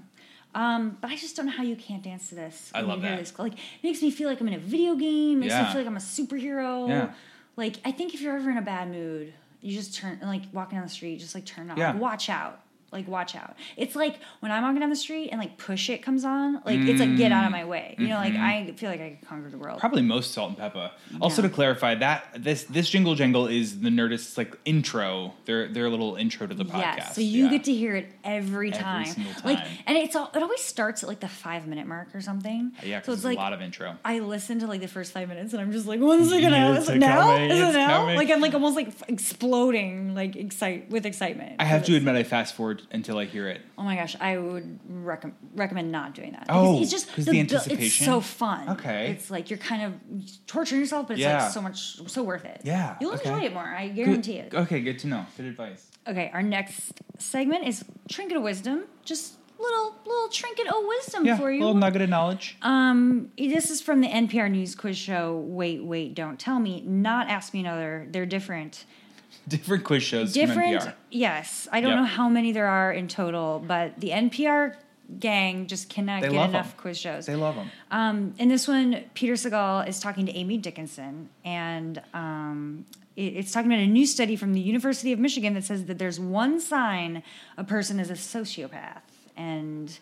[SPEAKER 2] Um, but I just don't know how you can't dance to this.
[SPEAKER 1] I
[SPEAKER 2] when
[SPEAKER 1] love
[SPEAKER 2] you hear
[SPEAKER 1] that.
[SPEAKER 2] This. Like, it makes me feel like I'm in a video game. Makes
[SPEAKER 1] Yeah.
[SPEAKER 2] me feel like I'm a superhero.
[SPEAKER 1] Yeah.
[SPEAKER 2] Like, I think if you're ever in a bad mood, you just turn like walking down the street, just like turn it on.
[SPEAKER 1] Yeah.
[SPEAKER 2] Like, watch out. Like, watch out. It's like when I'm walking down the street and like push it comes on. Like, it's like get out of my way. You know, like
[SPEAKER 1] Mhm.
[SPEAKER 2] I feel like I could conquer the world.
[SPEAKER 1] Mm. Probably most salt and pepper. Also, to clarify that this this jingle jangle is the Nerdist's like intro, their their little intro to the podcast.
[SPEAKER 2] Yes, so you get to hear it every
[SPEAKER 1] Every
[SPEAKER 2] time.
[SPEAKER 1] single time.
[SPEAKER 2] Like, and it's all it always starts at like the five minute mark or something.
[SPEAKER 1] yeah,
[SPEAKER 2] so
[SPEAKER 1] because
[SPEAKER 2] it's
[SPEAKER 1] there's
[SPEAKER 2] like
[SPEAKER 1] a lot of intro.
[SPEAKER 2] I listen to like the first five minutes and I'm just like, when's it gonna happen?
[SPEAKER 1] It's
[SPEAKER 2] Is it now?
[SPEAKER 1] coming,
[SPEAKER 2] Is
[SPEAKER 1] it's
[SPEAKER 2] it now?
[SPEAKER 1] coming.
[SPEAKER 2] Like I'm like almost like f- exploding, like excite with excitement.
[SPEAKER 1] I have to admit, I fast forward until I hear it.
[SPEAKER 2] Oh my gosh, I would recommend recommend not doing that.
[SPEAKER 1] Oh,
[SPEAKER 2] because it's just
[SPEAKER 1] 'cause the
[SPEAKER 2] bu-
[SPEAKER 1] anticipation?
[SPEAKER 2] It's so fun.
[SPEAKER 1] Okay.
[SPEAKER 2] it's like you're kind of torturing yourself, but it's
[SPEAKER 1] Yeah.
[SPEAKER 2] like so much, so worth it.
[SPEAKER 1] Yeah,
[SPEAKER 2] you'll
[SPEAKER 1] okay.
[SPEAKER 2] enjoy it more. I guarantee
[SPEAKER 1] Good-
[SPEAKER 2] it.
[SPEAKER 1] Okay, good to know. Good advice.
[SPEAKER 2] Okay, our next segment is trinket of wisdom. Just little little trinket of wisdom
[SPEAKER 1] Yeah,
[SPEAKER 2] for you.
[SPEAKER 1] little nugget of knowledge.
[SPEAKER 2] Um, this is from the NPR News Quiz Show. Wait, wait, don't tell me. Not ask me another. They're different.
[SPEAKER 1] Different quiz shows
[SPEAKER 2] different.
[SPEAKER 1] from NPR.
[SPEAKER 2] Yes, I don't
[SPEAKER 1] Yep.
[SPEAKER 2] know how many there are in total, but the NPR gang just cannot
[SPEAKER 1] They
[SPEAKER 2] get
[SPEAKER 1] love
[SPEAKER 2] enough
[SPEAKER 1] 'em.
[SPEAKER 2] quiz shows.
[SPEAKER 1] They love them.
[SPEAKER 2] Um, in this one, Peter Segal is talking to Amy Dickinson, and um, it- it's talking about a new study from the University of Michigan that says that there's one sign a person is a sociopath, and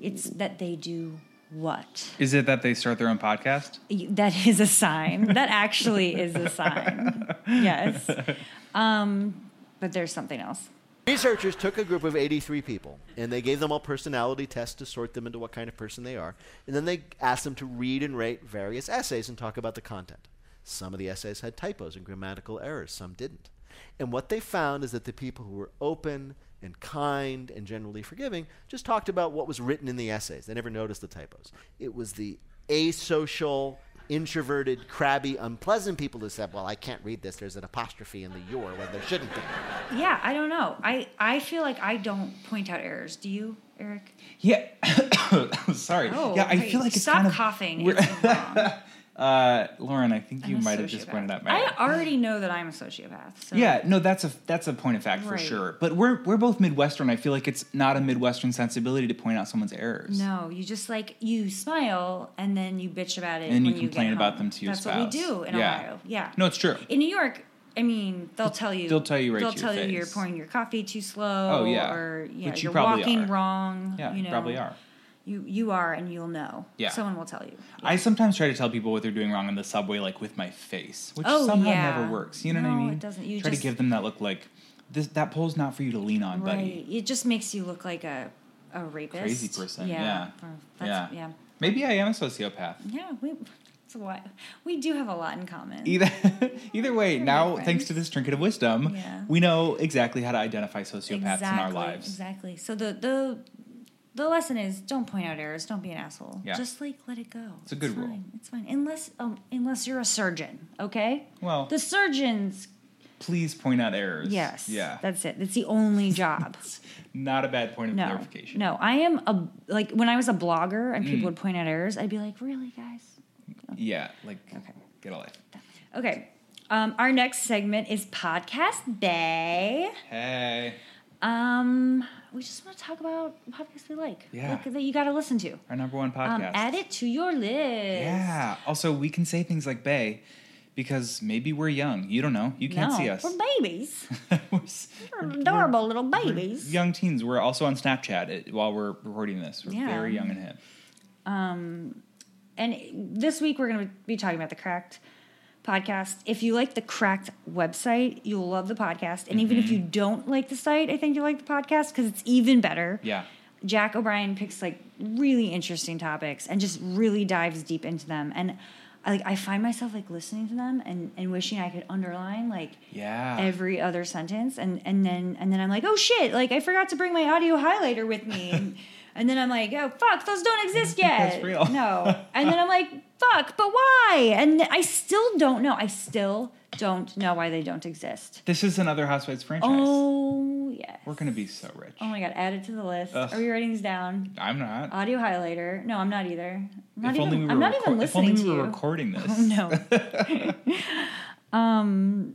[SPEAKER 2] it's that they do what?
[SPEAKER 1] Is it that they start their own podcast?
[SPEAKER 2] That is a sign. That actually is a sign. Yes. Um, but there's something else.
[SPEAKER 13] Researchers took a group of 83 people and they gave them all personality tests to sort them into what kind of person they are. And then they asked them to read and rate various essays and talk about the content. Some of the essays had typos and grammatical errors, some didn't. And what they found is that the people who were open and kind and generally forgiving just talked about what was written in the essays. They never noticed the typos. It was the asocial, introverted, crabby, unpleasant people who said, Well, I can't read this. There's an apostrophe in the your when there shouldn't be.
[SPEAKER 2] Yeah, I don't know. I, I feel like I don't point out errors. Do you, Eric?
[SPEAKER 1] Yeah. Sorry.
[SPEAKER 2] Oh,
[SPEAKER 1] yeah, I
[SPEAKER 2] wait.
[SPEAKER 1] feel like it's
[SPEAKER 2] stop
[SPEAKER 1] kind of.
[SPEAKER 2] coughing.
[SPEAKER 1] we're-
[SPEAKER 2] It's-
[SPEAKER 1] uh, Lauren, I think you
[SPEAKER 2] I'm a
[SPEAKER 1] might have just pointed out. my-
[SPEAKER 2] I already know that I'm a sociopath. So.
[SPEAKER 1] Yeah, no, that's a that's a point of fact for
[SPEAKER 2] Right.
[SPEAKER 1] sure. But we're we're both Midwestern. I feel like it's not a Midwestern sensibility to point out someone's errors.
[SPEAKER 2] No, you just like you smile and then you bitch about it.
[SPEAKER 1] And then you
[SPEAKER 2] when
[SPEAKER 1] complain
[SPEAKER 2] get
[SPEAKER 1] about
[SPEAKER 2] home.
[SPEAKER 1] them to your
[SPEAKER 2] That's
[SPEAKER 1] spouse.
[SPEAKER 2] what we do in
[SPEAKER 1] Yeah.
[SPEAKER 2] Ohio. Yeah.
[SPEAKER 1] No, it's true.
[SPEAKER 2] In New York, I mean, they'll tell you.
[SPEAKER 1] They'll tell you right
[SPEAKER 2] They'll
[SPEAKER 1] to your
[SPEAKER 2] tell you you're
[SPEAKER 1] face.
[SPEAKER 2] pouring your coffee too slow.
[SPEAKER 1] Oh, yeah.
[SPEAKER 2] Or yeah,
[SPEAKER 1] Which you
[SPEAKER 2] you're
[SPEAKER 1] probably
[SPEAKER 2] walking
[SPEAKER 1] are.
[SPEAKER 2] wrong.
[SPEAKER 1] Yeah,
[SPEAKER 2] you
[SPEAKER 1] you
[SPEAKER 2] know.
[SPEAKER 1] probably are.
[SPEAKER 2] you you are and you'll know.
[SPEAKER 1] Yeah.
[SPEAKER 2] Someone will tell you.
[SPEAKER 1] I sometimes try to tell people what they're doing wrong on the subway, like with my face, which
[SPEAKER 2] Oh,
[SPEAKER 1] somehow
[SPEAKER 2] yeah.
[SPEAKER 1] never works. You know what I
[SPEAKER 2] No, it
[SPEAKER 1] mean?
[SPEAKER 2] doesn't. You
[SPEAKER 1] try
[SPEAKER 2] just-
[SPEAKER 1] to give them that look, like this. That pole's not for you to lean on, buddy.
[SPEAKER 2] Right. It just makes you look like a a rapist.
[SPEAKER 1] Crazy person. Yeah.
[SPEAKER 2] Or That's, yeah.
[SPEAKER 1] yeah. Maybe I am a sociopath.
[SPEAKER 2] Yeah, we it's a lot. We do have a lot in common.
[SPEAKER 1] Either either way, now thanks to this trinket of wisdom,
[SPEAKER 2] Yeah.
[SPEAKER 1] we know exactly how to identify sociopaths
[SPEAKER 2] exactly,
[SPEAKER 1] in our lives.
[SPEAKER 2] Exactly. So the the the lesson is don't point out errors, don't be an asshole.
[SPEAKER 1] Yeah.
[SPEAKER 2] Just like let it go.
[SPEAKER 1] It's a good rule.
[SPEAKER 2] fine. It's fine. Unless um, unless you're a surgeon, okay?
[SPEAKER 1] Well,
[SPEAKER 2] The surgeons
[SPEAKER 1] please point out errors.
[SPEAKER 2] Yes.
[SPEAKER 1] Yeah.
[SPEAKER 2] That's it. That's the only job.
[SPEAKER 1] Not a bad point of
[SPEAKER 2] no.
[SPEAKER 1] clarification.
[SPEAKER 2] No, I am a like when I was a blogger and people
[SPEAKER 1] Mm.
[SPEAKER 2] would point out errors, I'd be like, "Really, guys?"
[SPEAKER 1] Yeah. Like, get a life.
[SPEAKER 2] Okay. Um, our next segment is podcast day.
[SPEAKER 1] Hey.
[SPEAKER 2] Um, we just want to talk about podcasts we like.
[SPEAKER 1] Yeah.
[SPEAKER 2] Like, that you got to listen to.
[SPEAKER 1] Our number one podcast.
[SPEAKER 2] Um, add it to your list.
[SPEAKER 1] Yeah. Also, we can say things like "bay" because maybe we're young. You don't know. You can't
[SPEAKER 2] No,
[SPEAKER 1] see us.
[SPEAKER 2] We're babies. we're, adorable little babies.
[SPEAKER 1] Young teens. We're also on Snapchat uh, while we're recording this. We're
[SPEAKER 2] Yeah.
[SPEAKER 1] very young and hip.
[SPEAKER 2] Um, and this week we're going to be talking about the Cracked podcast. If you like the Cracked website, you'll love the podcast. And even if
[SPEAKER 1] Mhm.
[SPEAKER 2] you don't like the site, I think you'll like the podcast because it's even better.
[SPEAKER 1] Yeah.
[SPEAKER 2] Jack O'Brien picks like really interesting topics and just really dives deep into them. And I, like I find myself like listening to them and, and wishing I could underline like
[SPEAKER 1] Yeah.
[SPEAKER 2] every other sentence and and then and then I'm like, "Oh shit, like I forgot to bring my audio highlighter with me." And, and then I'm like, "Oh fuck, those don't exist yet."
[SPEAKER 1] That's real.
[SPEAKER 2] No. And then I'm like, "Fuck, but why?" And I still don't know. I still don't know why they don't exist.
[SPEAKER 1] This is another Housewives franchise.
[SPEAKER 2] Oh, yeah.
[SPEAKER 1] We're gonna be so rich.
[SPEAKER 2] Oh my god, add it to the list.
[SPEAKER 1] Ugh.
[SPEAKER 2] Are we writing these down?
[SPEAKER 1] I'm not.
[SPEAKER 2] Audio highlighter. No, I'm not either. I'm not
[SPEAKER 1] if
[SPEAKER 2] even,
[SPEAKER 1] only we were
[SPEAKER 2] I'm not
[SPEAKER 1] record-
[SPEAKER 2] even
[SPEAKER 1] if only
[SPEAKER 2] listening
[SPEAKER 1] we
[SPEAKER 2] to
[SPEAKER 1] were
[SPEAKER 2] you. Oh,
[SPEAKER 1] recording this.
[SPEAKER 2] no. um,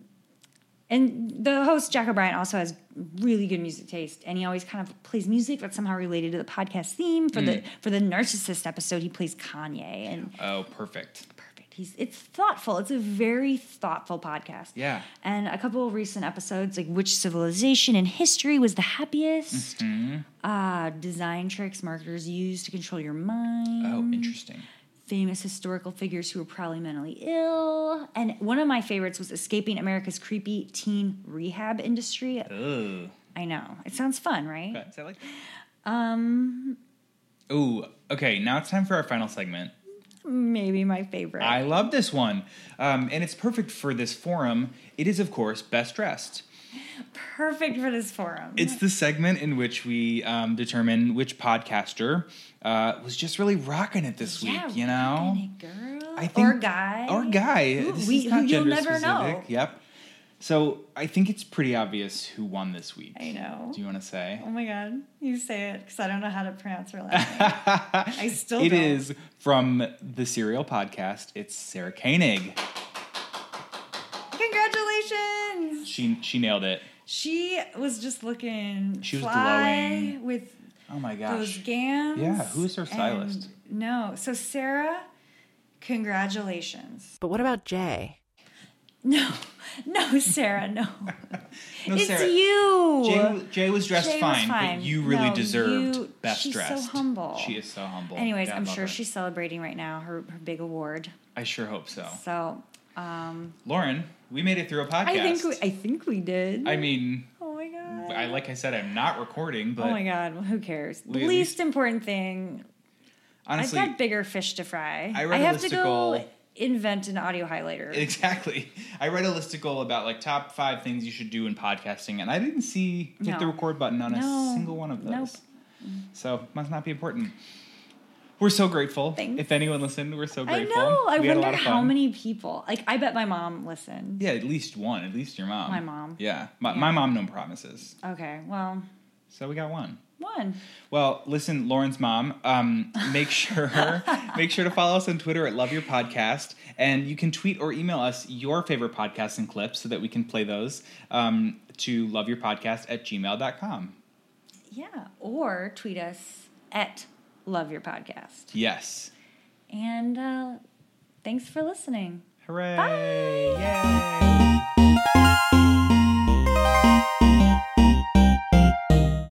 [SPEAKER 2] and the host Jack O'Brien also has really good music taste, and he always kind of plays music that's somehow related to the podcast theme. For the
[SPEAKER 1] Mm.
[SPEAKER 2] for the narcissist episode, he plays Kanye, and
[SPEAKER 1] Oh, perfect.
[SPEAKER 2] he's it's thoughtful. It's a very thoughtful podcast.
[SPEAKER 1] Yeah.
[SPEAKER 2] And a couple of recent episodes, like which civilization in history was the happiest?
[SPEAKER 1] Mhm.
[SPEAKER 2] Uh, design tricks marketers use to control your mind.
[SPEAKER 1] Oh, interesting.
[SPEAKER 2] Famous historical figures who were probably mentally ill. And one of my favorites was Escaping America's Creepy Teen Rehab Industry.
[SPEAKER 1] Ugh.
[SPEAKER 2] I know. It sounds fun, right?
[SPEAKER 1] Okay, so I like
[SPEAKER 2] Um,
[SPEAKER 1] Ooh. Okay. Now it's time for our final segment.
[SPEAKER 2] maybe my favorite.
[SPEAKER 1] I love this one, um, and it's perfect for this forum. It is, of course, best dressed.
[SPEAKER 2] Perfect for this forum.
[SPEAKER 1] It's the segment in which we um, determine which podcaster uh, was just really rocking it this
[SPEAKER 2] Yeah,
[SPEAKER 1] week. You know,
[SPEAKER 2] girl
[SPEAKER 1] I
[SPEAKER 2] or
[SPEAKER 1] think-
[SPEAKER 2] guy
[SPEAKER 1] or guy.
[SPEAKER 2] Who-
[SPEAKER 1] This
[SPEAKER 2] we-
[SPEAKER 1] is not
[SPEAKER 2] who you'll
[SPEAKER 1] gender
[SPEAKER 2] never
[SPEAKER 1] specific.
[SPEAKER 2] know.
[SPEAKER 1] Yep. So I think it's pretty obvious who won this week.
[SPEAKER 2] I know.
[SPEAKER 1] Do you want to say?
[SPEAKER 2] Oh my god, you say it because I don't know how to pronounce her last name. I still
[SPEAKER 1] It
[SPEAKER 2] don't.
[SPEAKER 1] is from the Serial podcast. It's Sarah Koenig.
[SPEAKER 2] Congratulations!
[SPEAKER 1] She she nailed it.
[SPEAKER 2] She was just looking
[SPEAKER 1] She was
[SPEAKER 2] fly
[SPEAKER 1] glowing.
[SPEAKER 2] with
[SPEAKER 1] Oh my
[SPEAKER 2] those
[SPEAKER 1] gosh.
[SPEAKER 2] gams.
[SPEAKER 1] Yeah, who's her
[SPEAKER 2] and-
[SPEAKER 1] stylist?
[SPEAKER 2] no, so Sarah, congratulations.
[SPEAKER 9] But what about Jay?
[SPEAKER 2] No, no, Sarah, no.
[SPEAKER 1] No,
[SPEAKER 2] it's
[SPEAKER 1] Oh, Sarah,
[SPEAKER 2] you.
[SPEAKER 1] Jay, Jay was dressed
[SPEAKER 2] Jay was
[SPEAKER 1] fine,
[SPEAKER 2] fine.
[SPEAKER 1] but you really
[SPEAKER 2] No,
[SPEAKER 1] deserved
[SPEAKER 2] you-
[SPEAKER 1] best
[SPEAKER 2] she's so
[SPEAKER 1] dressed.
[SPEAKER 2] humble.
[SPEAKER 1] She is so humble.
[SPEAKER 2] Anyways,
[SPEAKER 1] God
[SPEAKER 2] I'm
[SPEAKER 1] love
[SPEAKER 2] sure
[SPEAKER 1] her.
[SPEAKER 2] she's celebrating right now her, her big award.
[SPEAKER 1] I sure hope so.
[SPEAKER 2] So, um,
[SPEAKER 1] Lauren, we made it through a podcast.
[SPEAKER 2] I think we, I think we did.
[SPEAKER 1] I mean,
[SPEAKER 2] oh my god.
[SPEAKER 1] I like I said, I'm not recording, but
[SPEAKER 2] oh my god, well, who cares? The
[SPEAKER 1] We at
[SPEAKER 2] least, important thing.
[SPEAKER 1] honestly,
[SPEAKER 2] I've got bigger fish to fry.
[SPEAKER 1] I read a
[SPEAKER 2] have to go
[SPEAKER 1] listicle-
[SPEAKER 2] invent an audio highlighter.
[SPEAKER 1] exactly. I read a listicle about like top five things you should do in podcasting, and I didn't see hit
[SPEAKER 2] No.
[SPEAKER 1] the record button on
[SPEAKER 2] No.
[SPEAKER 1] a single one of those.
[SPEAKER 2] Nope.
[SPEAKER 1] So must not be important. We're so grateful.
[SPEAKER 2] Thanks.
[SPEAKER 1] If anyone listened, we're so
[SPEAKER 2] I
[SPEAKER 1] grateful.
[SPEAKER 2] know. I
[SPEAKER 1] we had a
[SPEAKER 2] wonder
[SPEAKER 1] lot of
[SPEAKER 2] how
[SPEAKER 1] fun.
[SPEAKER 2] many people. Like, I bet my mom listened.
[SPEAKER 1] Yeah, at least one. At least your mom.
[SPEAKER 2] My mom.
[SPEAKER 1] Yeah, my, my mom. No promises.
[SPEAKER 2] Okay. Well,
[SPEAKER 1] So we got one.
[SPEAKER 2] one.
[SPEAKER 1] Well, listen, Lauren's mom. Um, make sure make sure to follow us on Twitter at Love Your Podcast, and you can tweet or email us your favorite podcasts and clips so that we can play those um, to loveyourpodcast at gmail.com.
[SPEAKER 2] Yeah. Or tweet us at Love Your Podcast.
[SPEAKER 1] Yes.
[SPEAKER 2] And uh, thanks for listening.
[SPEAKER 1] Hooray.
[SPEAKER 2] Bye.
[SPEAKER 1] Yay.